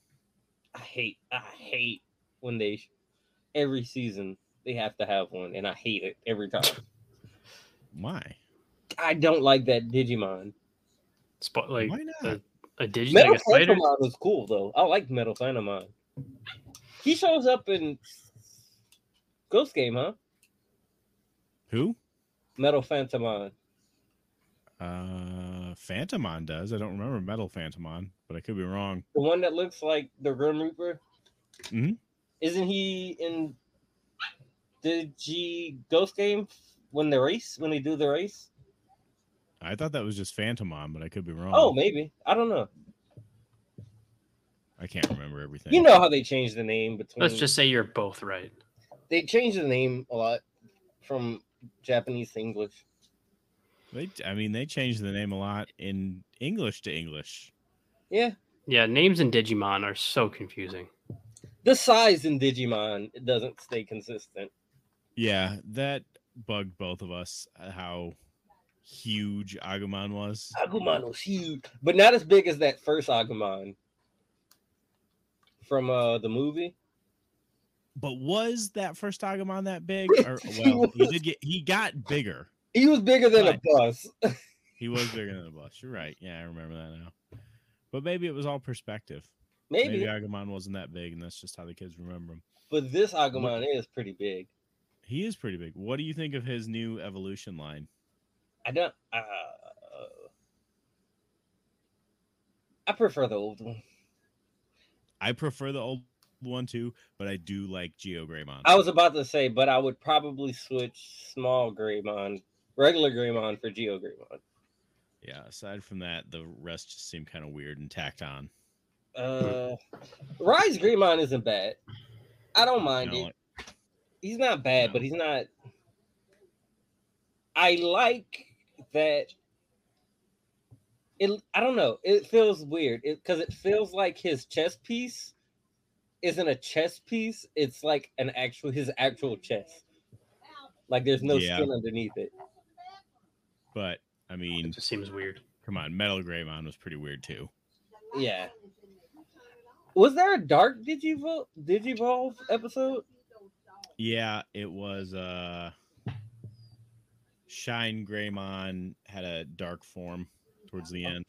I hate I hate when they every season they have to have one and I hate it every time.
Why?
I don't like that Digimon.
Spot like
Why not?
a digi
Metal
like a spider.
Phantomon was cool though. I like Metal Phantomon. He shows up in Ghost Game, huh?
Who?
Metal Phantomon.
Uh, Phantomon does. I don't remember Metal Phantomon, but I could be wrong.
The one that looks like the Grim Reaper.
Mm-hmm.
Mhm.
Isn't he in the G Ghost Game when the race when they do the race?
I thought that was just Phantomon, but I could be wrong.
Oh, maybe. I don't know.
I can't remember everything.
You know how they changed the name between
Let's just say you're both right.
they changed the name a lot from Japanese to English.
They, I mean, they changed the name a lot in English to English.
Yeah,
Yeah, names in Digimon are so confusing.
the size in Digimon it doesn't stay consistent.
Yeah, that bugged both of us uh, how huge Agumon was.
Agumon was huge, but not as big as that first Agumon from uh the movie.
But was that first Agumon that big?
Yes,
Or,
he
well, he
was.
did get he got bigger.
He was bigger than
Right.
a bus.
He was bigger than the bus. You're right. Yeah, I remember that now. But maybe it was all perspective. Maybe,
Maybe,
Agumon wasn't that big, and that's just how the kids remember him.
but this Agumon is pretty big.
He is pretty big. What do you think of his new evolution line?
I don't. Uh, I prefer the old one.
I prefer the old one too, but I do like Geo Greymon.
I was about to say, but I would probably switch small Greymon, regular Greymon for Geo Greymon.
yeah. Aside from that, the rest just seem kind of weird and tacked on.
Uh, Rise Greymon isn't bad. I don't
I
mind
don't
it.
like-
he's not bad,
No.
but he's not. I like that. It. I don't know. It feels weird because it, feels like his chess piece isn't a chess piece. It's like an actual his actual chest. Like there's no
Yeah.
skin underneath it.
but I
It
mean,
just seems weird.
come on, Metal Greymon was pretty weird too.
Yeah. Was there a dark Digivolve Digivolve episode?
Yeah, it was uh Shine Greymon had a dark form towards the end.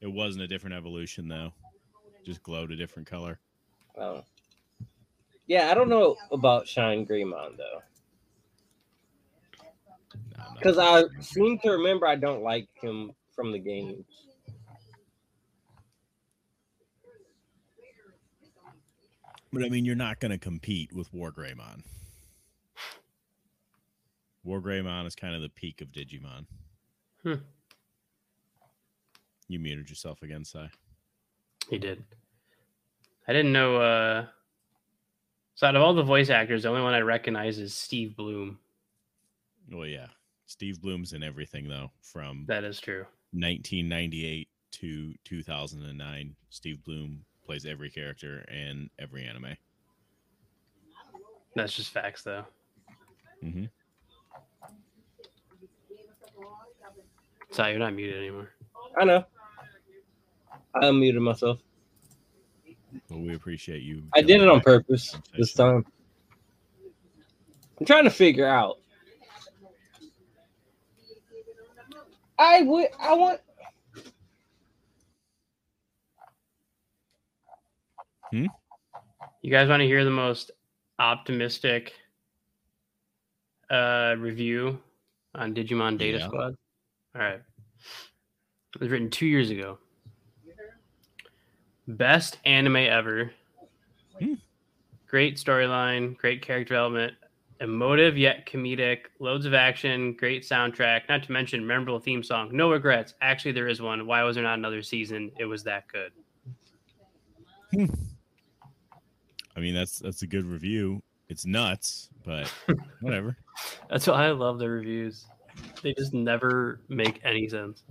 It wasn't a different evolution though. Just glowed a different color.
Oh. Yeah, I don't know about Shine Greymon though.
No, I'm not
Because I
sure.
seem to remember I don't like him from the game.
But I mean you're not gonna compete with War Greymon. War Greymon is kind of the peak of Digimon.
Hmm.
You muted yourself again, Sai.
He did. I didn't know. uh So, out of all the voice actors, the only one I recognize is Steve Bloom.
Well yeah. Steve Bloom's in everything though, from
That is true.
1998 to 2009 steve bloom plays every character in every anime
That's just facts, though.
Mhm.
Sorry, you're not muted anymore.
I know. I unmuted myself.
well we appreciate you
I did it
coming
on
back.
purpose this time. I'm trying to figure out. I would. I want.
You guys want to hear the most optimistic uh, review on Digimon Data
Yeah.
Squad? All right. It was written two years ago. Best anime ever.
Hmm.
Great storyline, great character development, emotive yet comedic, loads of action, great soundtrack, not to mention memorable theme song. No regrets. Actually, there is one. Why was there not another season? It was that good.
i mean that's that's a good review it's nuts but whatever
That's why I love the reviews. They just never make any sense.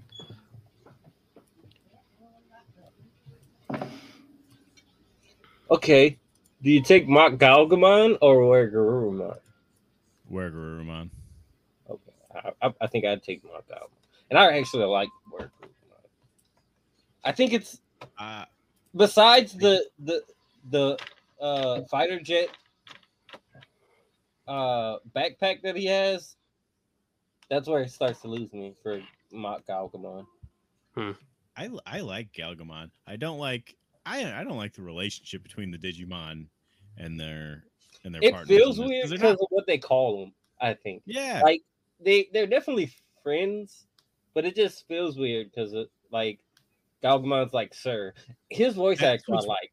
Okay. Do you take Mock Galgamon or Wergarumon?
where Garurumon.
I, I, I think I'd take Mock Galgamon, and I actually like Wergarumon. I think it's
uh
besides the the the uh fighter jet uh backpack that he has that's where it starts to lose me for mock Galgamon.
i i like galgamon i don't like i i don't like the relationship between the digimon and their and their
It
partners in
feels
this,
weird
'cause they're
because
not-
of what they call them, I think.
yeah
Like they they're definitely friends, but it just feels weird because it like Galgamon's like sir. His voice
That's
actor I
what's-
like.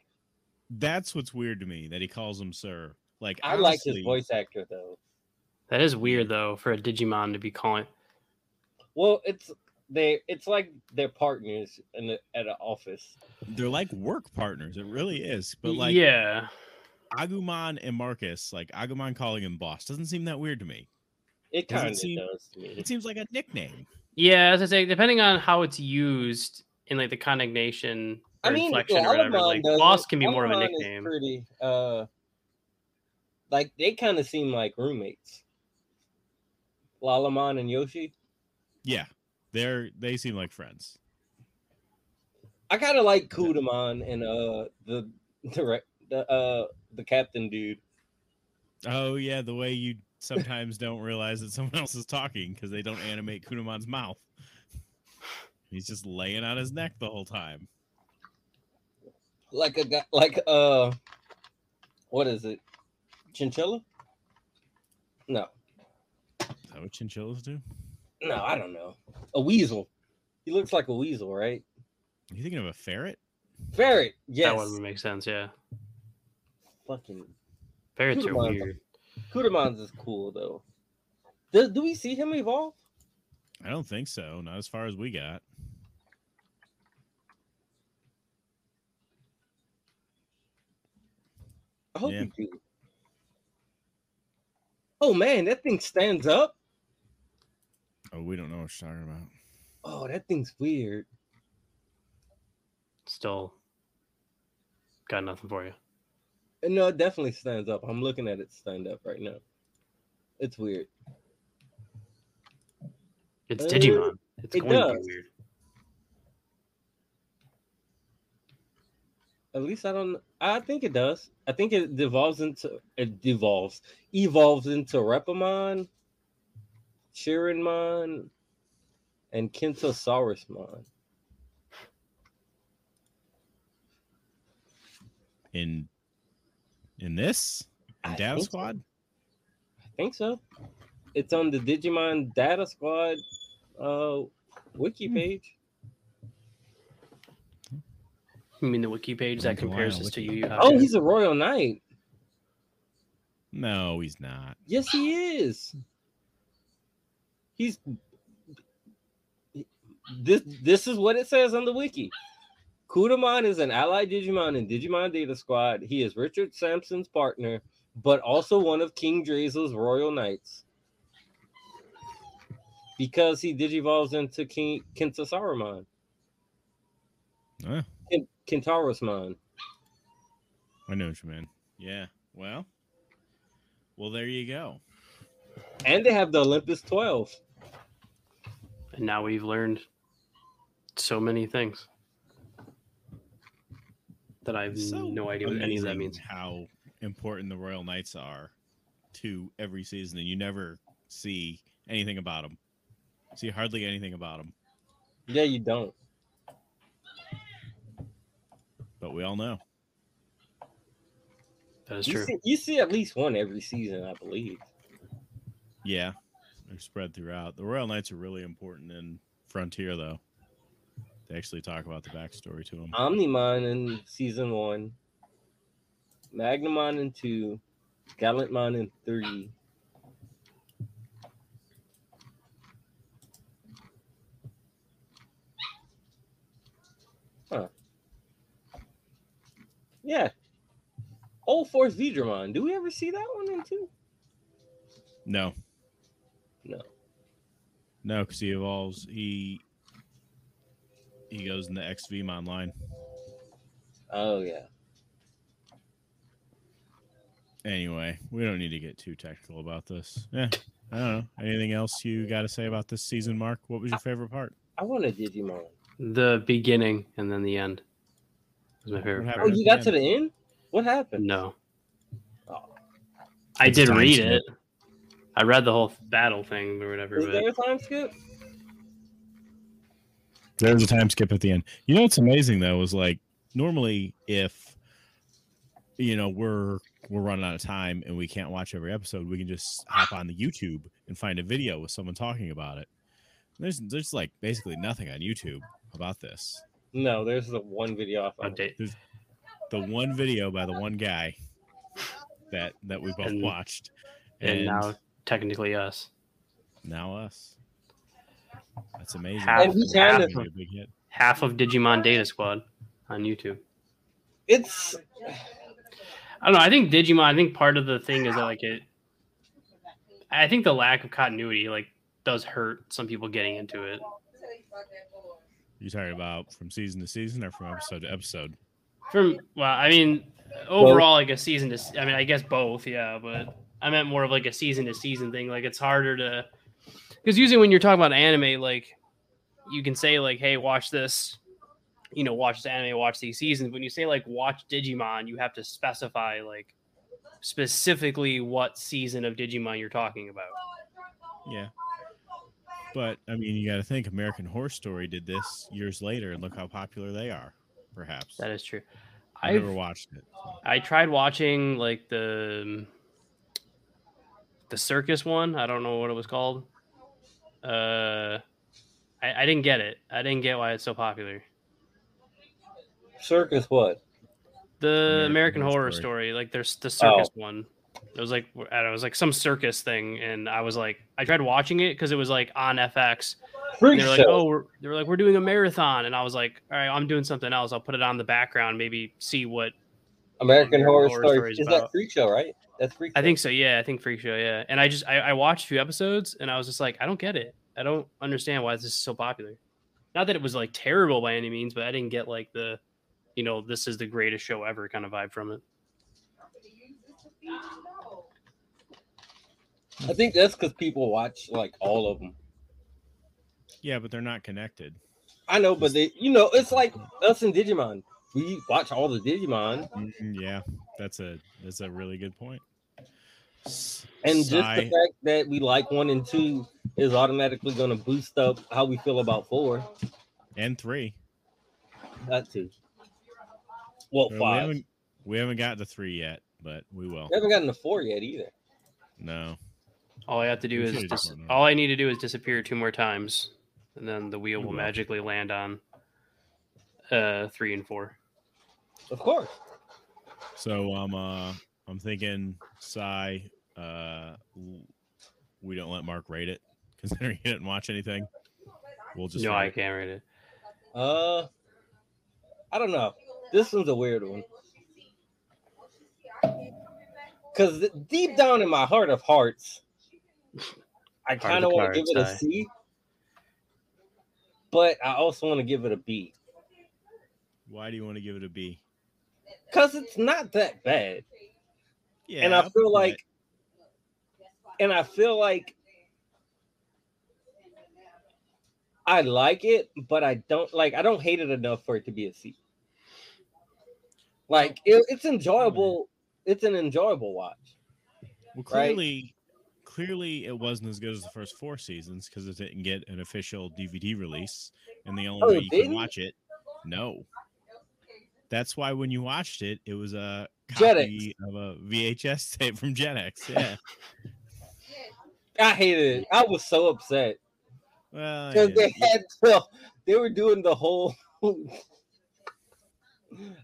that's what's weird to me that he calls him sir like
I like his
honestly,
voice actor though.
That is weird though for a Digimon to be calling.
Well, it's they it's like they're partners in the, at an office.
they're like work partners it really is but like
yeah,
Agumon and Marcus, like Agumon calling him boss, doesn't seem that weird to me.
It
Does it
kind of
seem-
does to me.
It seems like a nickname.
Yeah, as I say, depending on how it's used in like the connotation or
I mean,
inflection
yeah,
or whatever,
Alamon
like
does
loss
it.
can be more of a
Alamon is
nickname.
Pretty, uh, like they kind of seem like roommates. Lalamon and Yoshi.
Yeah, they're they seem like friends.
I kind of like Kudamon and uh the direct the uh the captain dude.
Oh yeah, the way you sometimes don't realize that someone else is talking because they don't animate Kunamon's mouth. He's just laying on his neck the whole time.
Like a guy, like uh, what is it? Chinchilla? No,
Is that what chinchillas do?
no, I don't know. A weasel. He looks like a weasel, right?
You thinking of a ferret?
Ferret.
That one
Yes.
would make sense. Yeah,
Fucking
ferrets are
Kudamon.
weird.
Kudamon's is cool though. Do, do we see him evolve?
I don't think so. Not as far as we got.
I hope
Yeah.
we do. Oh man, that thing stands up.
Oh, we don't know what you're talking about.
Oh, that thing's weird.
Still, got nothing for you.
Uh, No, it definitely stands up. I'm looking at it stand up right now. It's weird.
It's
Uh,
Digimon. It's
it
going to
does.
be weird.
At least I don't. I think it does. I think it devolves into it devolves evolves into Repamon, Chirinmon, and Kintosaurusmon.
In in this? In
I
Dab
think so.
Squad?
I think so. It's on the Digimon Data Squad uh wiki page.
You mean the wiki page that
Don't rely on
compares this to
wiki.
you?
Oh, he's a Royal Knight.
No, he's not.
Yes, he is. He's this this is what it says on the wiki. Kudamon is an allied Digimon in Digimon Data Squad. He is Richard Sampson's partner, but also one of King Drazel's Royal Knights. Because he digivolves into King Kintasarumon.
Oh,
Kin- Kintarusmon.
I know what you mean. Yeah. Well. Well, there you go.
And they have the Olympus 12.
and now we've learned so many things that I have
So
no idea what any of that
amazing
means.
How important the Royal Knights are to every season, and you never see anything about them. See hardly anything about them,
Yeah, you don't.
but we all know.
That is
You
true.
see, you see at least one every season, I believe.
Yeah, they're spread throughout. The Royal Knights are really important in Frontier, though. They actually talk about the backstory to them.
Omnimon in season one, Magnamon in two, Gallantmon in three. Huh. Yeah. Old Force Vidramon. Do we ever see that one in two?
No,
No.
no, because he evolves. He he goes in the XV online,
Oh yeah.
Anyway, we don't need to get too technical about this. Yeah. I don't know. Anything else you got to say about this season, Mark? What was your favorite part?
I want a Digimon.
The beginning and then the end was my
What
Oh,
favorite part.
happened?
you got to the end? What happened?
No,
Oh.
I
It's
did
time
read
skip.
it. I read the whole battle thing or whatever.
Is there
But
a time skip?
There's a time skip at the end. You know what's amazing though is like normally if you know we're we're running out of time and we can't watch every episode, we can just hop on the YouTube and find a video with someone talking about it. There's there's like basically nothing on YouTube about this.
No, there's the one video off. found.
update.
The one video by the one guy that that we both
And-
watched,
and now technically us.
Now us. That's amazing.
Half-
And he's
That's
had
gonna be a big hit.
Half of Digimon Data Squad on YouTube.
It's
I don't know. I think Digimon. I think part of the thing is that like it. I think the lack of continuity like does hurt some people getting into it.
You talking about from season to season or from episode to episode?
From well, I mean, overall, like a season to. se- I mean, I guess both, yeah. But I meant more of like a season to season thing. Like it's harder to, because usually when you're talking about anime, like you can say like, "Hey, watch this," you know, watch this anime, watch these seasons. When you say like, "Watch Digimon," you have to specify like specifically what season of Digimon you're talking about.
Yeah. But I mean, you got to think American Horror Story did this years later, and look how popular they are. Perhaps
That is true.
I
I've-
never watched it. so.
I tried watching like the the circus one. I don't know what it was called. Uh, I, I didn't get it. I didn't get why it's so popular.
Circus what?
The American,
American Horror
Horror
Story.
Story. like there's the circus one. It was like I don't know, it was like some circus thing, and I was like, I tried watching it because it was like on FX. And
Freak
they were
show.
like, oh, we're, they were like, we're doing a marathon, and I was like, all right, I'm doing something else. I'll put it on the background, maybe see what
American
American
Horror,
Horror
Story.
Story
Is
is
that
about-
Freak Show, right? That's Freak.
I
Show.
think so. Yeah, I think Freak Show. Yeah, and I just I, I watched a few episodes and I was just like, I don't get it. I don't understand why this is so popular. Not that it was like terrible by any means, but I didn't get like the, you know, this is the greatest show ever kind of vibe from it.
I think that's because people watch like all of them.
Yeah, but they're not connected.
I know, but they, you know, it's like us and Digimon. We watch all the Digimon,
Mm, Yeah, that's a that's a really good point. S-
and just the
Sigh.
fact that we like one and two is automatically going to boost up how we feel about four.
and three.
Not two. Well,
Uh, We
five.
haven't we haven't got to three yet, but we will.
We haven't gotten to four yet either.
No,
All I have to do
We
is
should've
dis-
done that.
all I need to do is disappear two more times, and then the wheel
You
will
will.
magically land on uh three and four.
Of course.
so I'm uh I'm thinking Psy. Uh, w- we don't let Mark rate it considering he didn't watch anything. We'll just
no,
rate
I
it.
can't read it.
Uh, I don't know. uh, This one's a weird one. Because deep down in my heart of hearts, I
Heart of
kind
the
of want to give
cards,
it a
aye.
C, but I also want to give it a B
Why do you want to give it a B?
because it's not that bad,
Yeah,
and uh, I
I'll
feel
put
like,
it-
and I feel like I like it, but I don't like. I don't hate it enough for it to be a C. Like it, it's enjoyable. It's an enjoyable watch.
well,
right?
clearly, clearly it wasn't as good as the first four seasons because it didn't get an official DVD release, and the only
Oh,
way
it
you
didn't?
can watch it, no. That's why when you watched it, it was a
Jetix.
copy of a VHS tape from Jetix. Yeah.
I hated it. I was so upset
Well,
because
Oh, yeah.
they had well, they were doing the whole.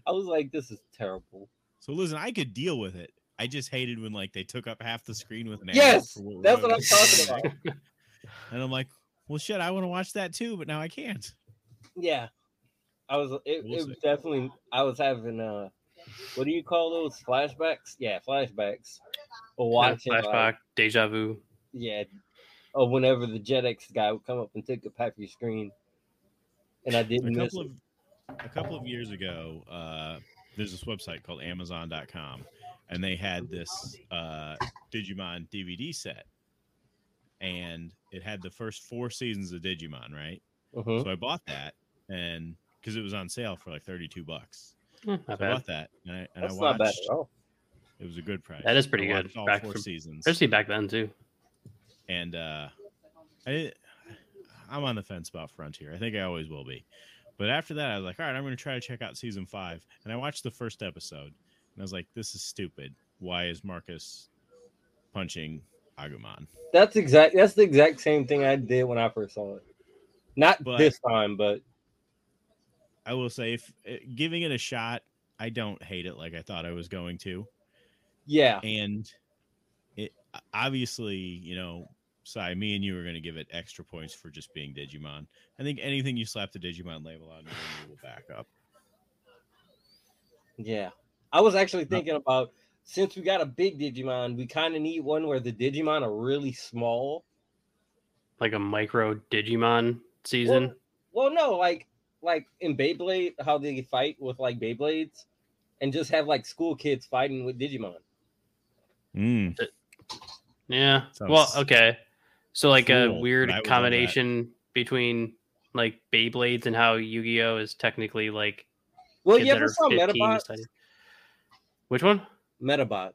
I was like, this is terrible.
So listen, I could deal with it. I just hated when like they took up half the screen with an ad
Yes,
for what
that's
we're
what I'm talking
doing.
about.
And I'm like, well, shit, I want to watch that too, but now I can't.
Yeah, I was. It,
We'll
it
see.
definitely. I was having uh, what do you call those flashbacks? Yeah, flashbacks. Or watching like,
flashback, deja vu.
Yeah. Or whenever the JetX guy would come up and take a half your screen. And I
a
didn't miss
couple
it.
of a couple of years ago, uh, there's this website called Amazon.com, and they had this uh, Digimon DVD set, and it had the first four seasons of Digimon, right?
Mhm.
So I bought that, and because it was on sale for like 32 bucks,
Eh,
so
not
I
bad.
bought that, and I, and I
That's
watched.
not bad at all.
It was a good price.
That is pretty
I
good,
watched All
back
four
from-
seasons,
Especially back then too.
and uh, I did, I'm on the fence about Frontier. I think I always will be. But after that, I was like, all right, I'm going to try to check out season five. And I watched the first episode, and I was like, this is stupid. Why is Marcus punching Agumon?
That's exact that's the exact same thing I did when I first saw it. Not
But-
this time, but
I will say, if uh, giving it a shot, I don't hate it like I thought I was going to.
yeah.
and it obviously you know Sai, me and you are going to give it extra points for just being Digimon. I think anything you slap the Digimon label on, you will back up.
Yeah. I was actually thinking about since we got a big Digimon, we kind of need one where the Digimon are really small.
like a micro Digimon season.
Well, no, like like in Beyblade, how they fight with like Beyblades, and just have like school kids fighting with Digimon.
Mm,
Yeah.
Sounds
well, okay. So like a
cool,
weird
but I would love that.
combination between like Beyblades and how Yu-Gi-Oh is technically like
Well,
kids
you
that
ever
are
saw
15
Metabots?
studying. Which one?
Metabots.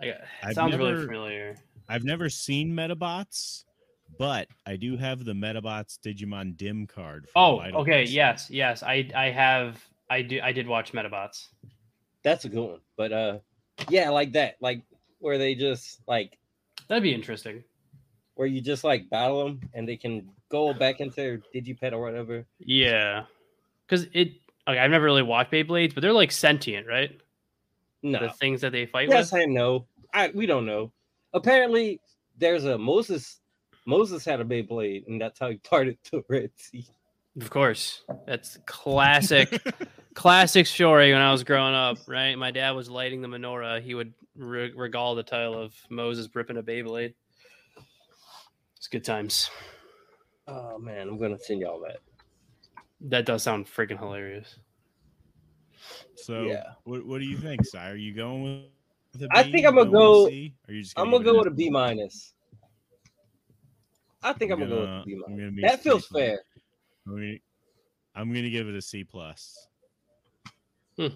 I got, it
I've
sounds really
never-
familiar.
I've never seen Metabots, but I do have the Metabots Digimon Dim card. from
Oh,
Vital
okay.
Quest.
Yes, yes. I I have I do I did watch Metabots.
That's a good one. But uh, yeah, like that, like where they just like
That'd be interesting.
where you just like battle them and they can go back into their Digipet or whatever.
Yeah. Cuz it okay, I've never really watched Beyblades, but they're like sentient, right?
No,
The things that they fight
yes,
with.
I know. I we don't know. Apparently, there's a Moses. Moses had a Beyblade, and that's how he parted the Red Sea.
Of course. That's classic classic story when I was growing up, right? My dad was lighting the menorah. He would re- regale the tale of Moses ripping a Beyblade. It's good times.
Oh man, I'm gonna send y'all that.
That does sound freaking hilarious.
So,
Yeah.
what, what do you think, Si? Are you going with? with a
I
B?
think I'm gonna
You with a
go-
C? Are you just
I'm
gonna
gonna
give
go
it
with a B minus. I think I'm gonna go with a B
I'm
minus.
gonna be
That feels
faithful.
fair.
I'm gonna, I'm gonna give it a C plus.
Hmm.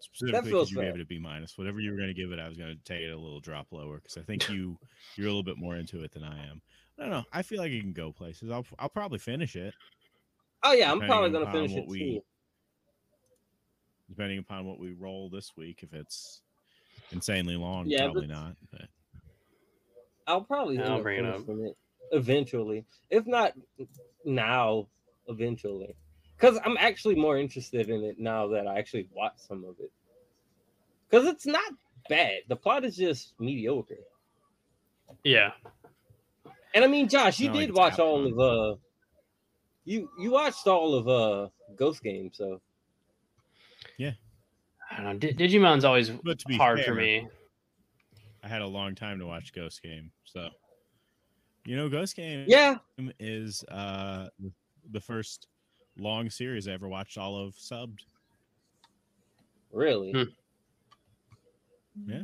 Specifically, because
feels
you
fair.
gave it a B minus. Whatever you were gonna give it, I was gonna take it a little drop lower because I think you you're a little bit more into it than I am. I don't know. I feel like it can go places. I'll I'll probably finish it
Oh yeah, I'm
Depending
probably gonna
upon
finish
what
it
we-
too.
depending upon what we roll this week. If it's insanely long,
Yeah,
probably
but-
not. But
I'll probably end
I'll
up
bring it
finishing it eventually, if not now, eventually, because I'm actually more interested in it now that I actually watched some of it. Because it's not bad. The plot is just mediocre.
Yeah.
And I mean, Josh, you
Not like
did
it's
watch all
Capcom.
of uh, you you watched all of uh Ghost Game, so
I don't know. Di- Digimon's always
But to be
hard
fair,
for me.
I had a long time to watch Ghost Game, so you know, Ghost Game.
yeah,
Kingdom is uh the first long series I ever watched all of subbed.
really.
Hmm.
Yeah.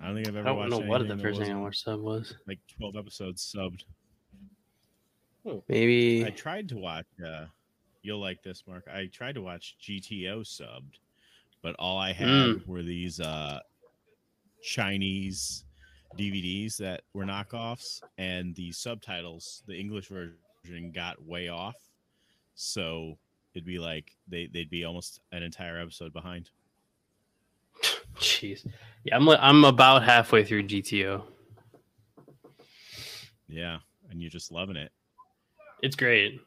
I don't think I've
I
ever
don't
watched
know what the
anything that
first thing I
wasn't,
watched sub was.
Like 12 episodes subbed.
Maybe
I tried to watch uh you'll like this Mark. I tried to watch GTO subbed, but all I had
Mm.
were these uh Chinese DVDs that were knockoffs and the subtitles, the English version got way off. So it'd be like they they'd be almost an entire episode behind.
jeez. Yeah, I'm li- I'm about halfway through GTO.
Yeah, and you're just loving it.
It's great.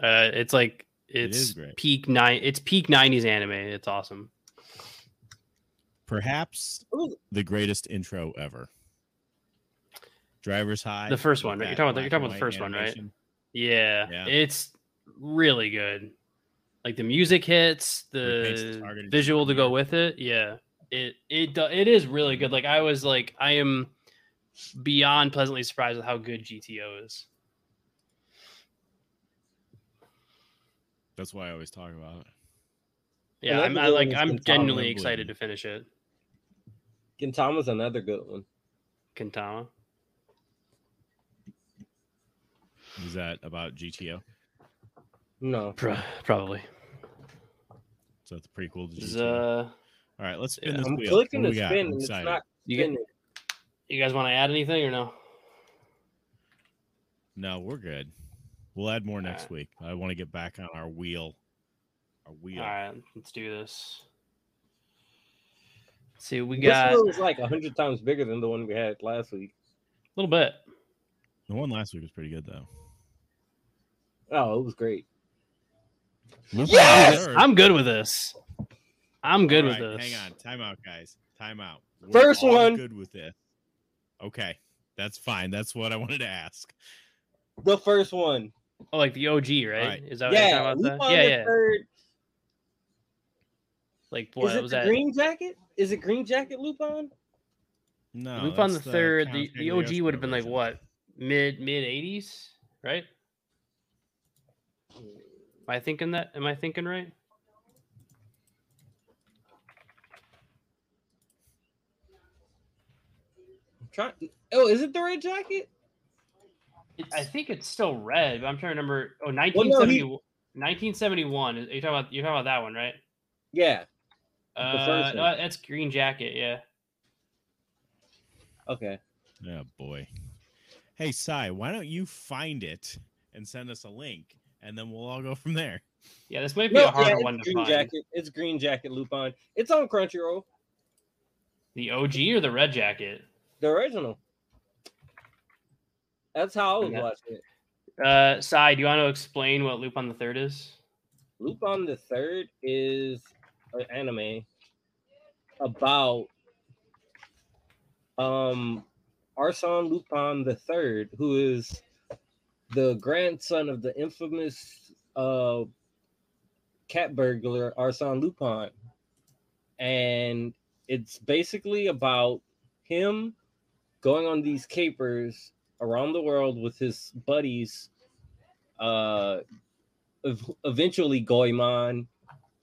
Uh it's like
It is
it's
great.
peak nine it's peak 90s anime. It's awesome.
Perhaps
Ooh.
the greatest intro ever. Driver's High.
The first one, right? You're
that
talking about the- you're
black
talking
and
about the
white
first one, right?
animation.
Yeah,
Yeah.
it's really good. Like the music hits,
Where it paints the
the
targeted
visual to go
environment.
with it. Yeah, it it do- it is really good. Like I was like I am beyond pleasantly surprised with how good GTO is.
That's why I always talk about it.
Yeah,
that's
I'm
the
I,
one
like
that's
I'm
been
genuinely
following
excited
Blue.
to finish it.
Gintama's another good one.
Kintama.
Is that about GTO?
No,
Pro- probably.
So it's a prequel to
Is,
GTO.
uh,
All right, let's spin
yeah,
this
I'm
wheel.
clicking
What do
to
we got?
spin,
I'm
and it's
excited.
not
You get-
spinning.
you guys want to add anything or no?
No, we're good. We'll add more next
Alright.
week. I want to get back on our wheel. Our wheel.
All right, let's do this. Let's see, we got
This
a
one was like hundred times bigger than the one we had last week.
little bit.
The one last week was pretty good though.
Oh, it was great.
We're
Yes!
third.
I'm good with this. I'm good
All
with
right,
this.
Hang on, time out, guys. Time out. We're
First
all
one.
Good with this. Okay, that's fine. That's what I wanted to ask.
The first one.
Oh, like the OG, right?
Right.
Is that what
yeah,
you're
we
talking about?
found
Yeah,
the
yeah.
third
Like what
is it
was
the
that?
Green Jacket? Is it Green Jacket Lupin?
No,
Loop on the
Oh, that's
third.
Count
The, the
Cagliostro
OG would have been like
version.
what mid mid eighties, right? Am I thinking that? Am I thinking right?
I'm trying. Oh, is it the Red Jacket?
I think it's still red, but I'm trying to remember. Oh,
Well, no,
1970,
he-
1971. Are you talking about? You're talking about that one, right?
Yeah. The
Uh,
first
no,
one.
that's Green Jacket. Yeah.
Okay.
Yeah, Oh, boy. Hey, Cy, why don't you find it and send us a link, and then we'll all go from there.
Yeah, this might be
No,
a harder
yeah, it's
one to
Green
find.
Jacket. It's Green Jacket Lupin. It's on Crunchyroll,
The OG or the Red Jacket?
the original. That's how I was
Yeah.
watching it.
Uh, Sai, do you want to explain what Loop on the Third is?
Lupin the Third is an anime about um Arsène Lupin the Third, who is the grandson of the infamous uh cat burglar Arsène Lupin, and it's basically about him going on these capers around the world with his buddies uh ev- eventually Goemon,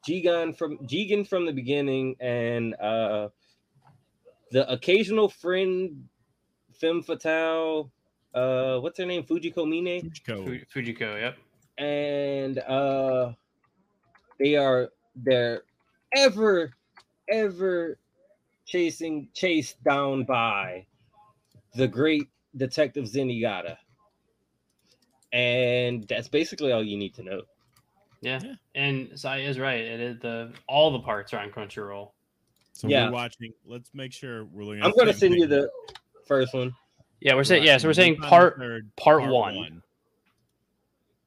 Jigan from Jigan from the beginning, and uh, the occasional friend Femme Fatale. Uh, what's her name? Fujiko Mine,
Fujiko.
Fu- Fujiko. Yep.
and uh, they are they're ever, ever chasing chased down by the great detective Zenigata. And that's basically all you need to know.
And Sai is right. It is the all the parts are on Crunchyroll.
So
Yeah.
we're watching. Let's make sure we're looking. at
I'm
the
gonna
same
send you
thing.
the first one.
Yeah, we're saying yeah. So we're
watching
saying
Lupin the
part
Third,
part one.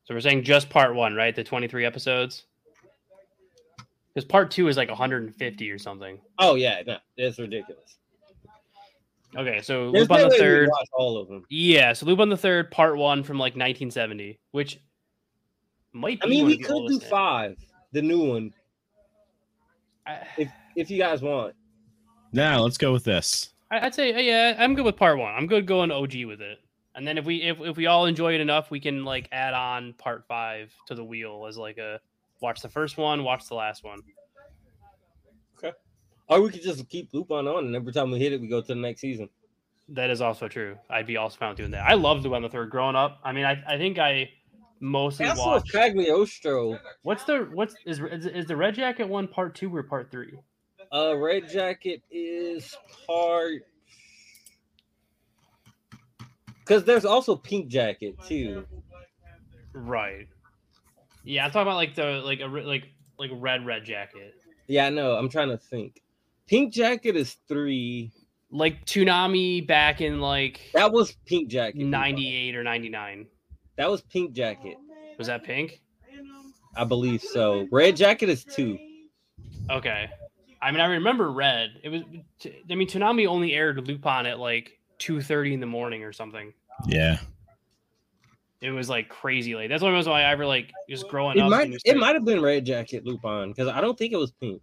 So we're saying just part one, right? The 23 episodes. Because part two is like 150 or something.
Oh yeah, no, that's ridiculous.
Okay, so
There's
Loop on
no
the
way we
third.
watch all of them.
Yeah, so Loop on the third, part one from like 1970, which might be.
I mean,
one
we
of the
could do
oldest in-
five, the new one,
I,
if if you guys want.
Now let's go with this.
I- I'd say uh, yeah, I'm good with part one. I'm good going OG with it. And then if we if, if we all enjoy it enough, we can like add on part five to the wheel as like a watch the first one, watch the last one.
Or we could just keep Lupin on, and every time we hit it, we go to the next season.
That is also true. I'd be also fine with doing that. I loved the one the third growing up. I mean, I, I think I mostly
Castle of
watched.
Cagliostro,
What's the what's is, is is the Red Jacket one part two or part three?
uh, Red Jacket is part. Because there's also Pink Jacket too.
Right. Yeah, I'm talking about like the like a re- like like red red jacket.
Yeah, I know. I'm trying to think. Pink Jacket is three.
Like Toonami back in like
That was Pink Jacket. Lupin.
98 or 99.
That was Pink Jacket.
Was that pink?
I believe so. Red Jacket is two.
Okay. I mean, I remember red. It was. t- I mean, Toonami only aired Lupin at like 2:30 in the morning or something.
Yeah.
It was like crazy late. That's one reason why I ever like just growing
It
up.
might
and just-
it might have been Red Jacket Lupin because I don't think it was pink.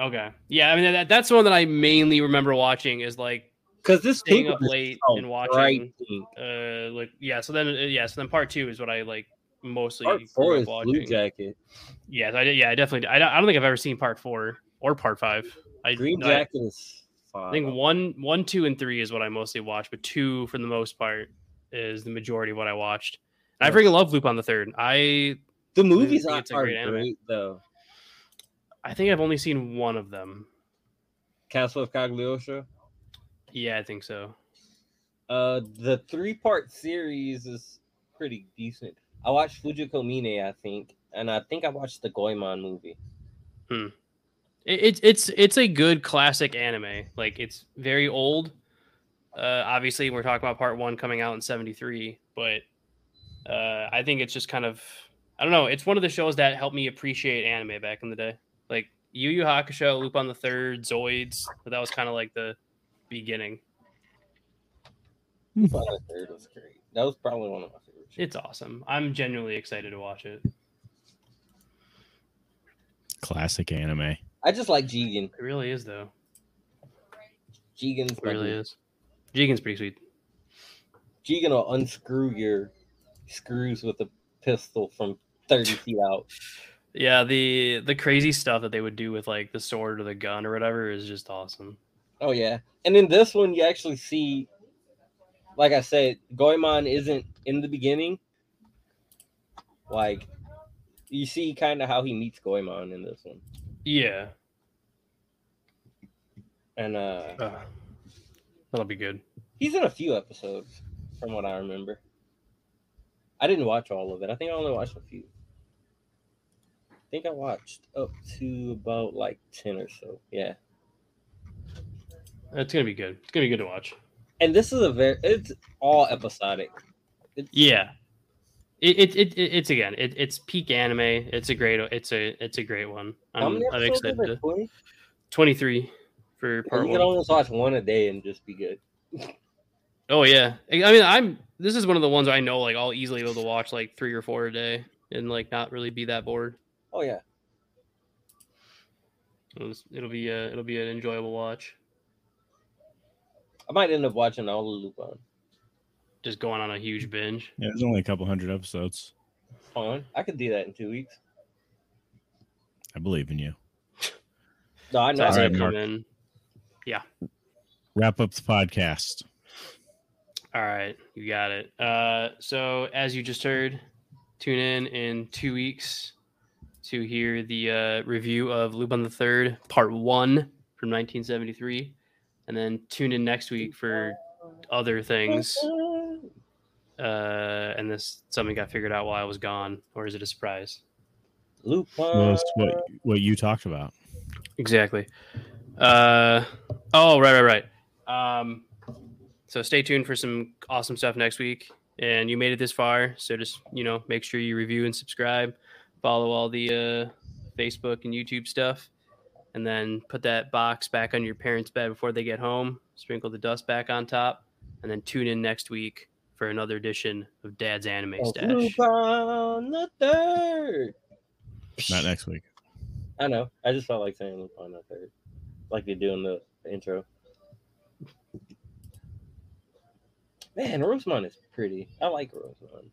Okay. Yeah. I mean, that, that's the one that I mainly remember watching is like
Because this
staying
pink
up
one is
late
so
and watching.
bright pink.
Uh, like yeah. So then uh, yeah. So then part two is what I like mostly
Part
grew
four
up
is Blue Jacket.
Yeah. So I did, yeah. I definitely. I don't, I don't think I've ever seen part four or part five. I
Green
I-
Jacket is
I
five.
think one, one, two, and three is what I mostly watch, but two, for the most part, is the majority of what I watched. And I
Yes.
freaking love Loop on the Third. I
the movies
I
are,
think it's a
are
great anime.
great though.
I think I've only seen one of them.
Castle of Cagliostro.
Yeah, I think so.
Uh, the three part series is pretty decent. I watched Fujiko Mine, I think, and I think I watched the Goemon movie.
It, it's it's it's a good classic anime. Like it's very old. Uh, obviously, we're talking about part one coming out in '73, but uh, I think it's just kind of I don't know. It's one of the shows that helped me appreciate anime back in the day. Like Yu Yu Hakusho, Loop on the Third, Zoids. But that was kind of like the beginning.
Lupin the Third was great. That was probably one of my favorites.
It's awesome. I'm genuinely excited to watch it.
Classic anime.
I just like Jigen.
It really is though.
Jigen's
It
my
really
dude.
is. Jigen's pretty sweet.
Jigen will unscrew your screws with a pistol from thirty feet out.
Yeah, the the crazy stuff that they would do with like the sword or the gun or whatever is just awesome.
Oh yeah, and in this one you actually see, like I said, Goemon isn't in the beginning. Like, you see kind of how he meets Goemon in this one,
Yeah,
and uh,
uh, that'll be good.
he's in a few episodes, from what I remember. I didn't watch all of it. I think I only watched a few. I think I watched up to about like ten or so. Yeah,
It's gonna be good. It's gonna be good to watch.
and this is a very it's all episodic. It's,
Yeah, it it, it, it it's again it, it's peak anime. It's a great it's a it's a great one.
How
I'm,
many
I'm
episodes are
excited.
there?
To,
20?
Twenty three for
Yeah,
part
you
one.
could almost watch one a day and just be good.
Oh yeah. I I mean, I'm this is one of the ones I know like I'll easily be able to watch like three or four a day and like not really be that bored.
Oh yeah.
It'll, just- it'll be a, it'll be an enjoyable watch.
I might end up watching all of Lupin.
Just going on a huge binge.
Yeah, there's only a couple hundred episodes.
Fun. I could do that in two weeks.
I believe in you.
No, I
It's
know.
All
also
right,
gonna
Mark.
come in.
Wrap up the podcast.
All right, you got it. Uh, so as you just heard, tune in in two weeks to hear the uh, review of Lupin the Third, Part One from 1973, and then tune in next week for other things. Uh, and this something got figured out while I was gone, or is it a surprise?
Lupin.
Well, it's what what you talked about.
Exactly. Uh, oh, right, right, right. Um, so stay tuned for some awesome stuff next week. And you made it this far, so just you know, make sure you review and subscribe, follow all the uh, Facebook and YouTube stuff, and then put that box back on your parents' bed before they get home. Sprinkle the dust back on top, and then tune in next week for another edition of Dad's Anime
Of
Stash.
Lupin the third.
Not next week.
I know. I just felt like saying Lupin the third, like they do in the, the intro. Man, Rosemont is pretty. I like Rosemont.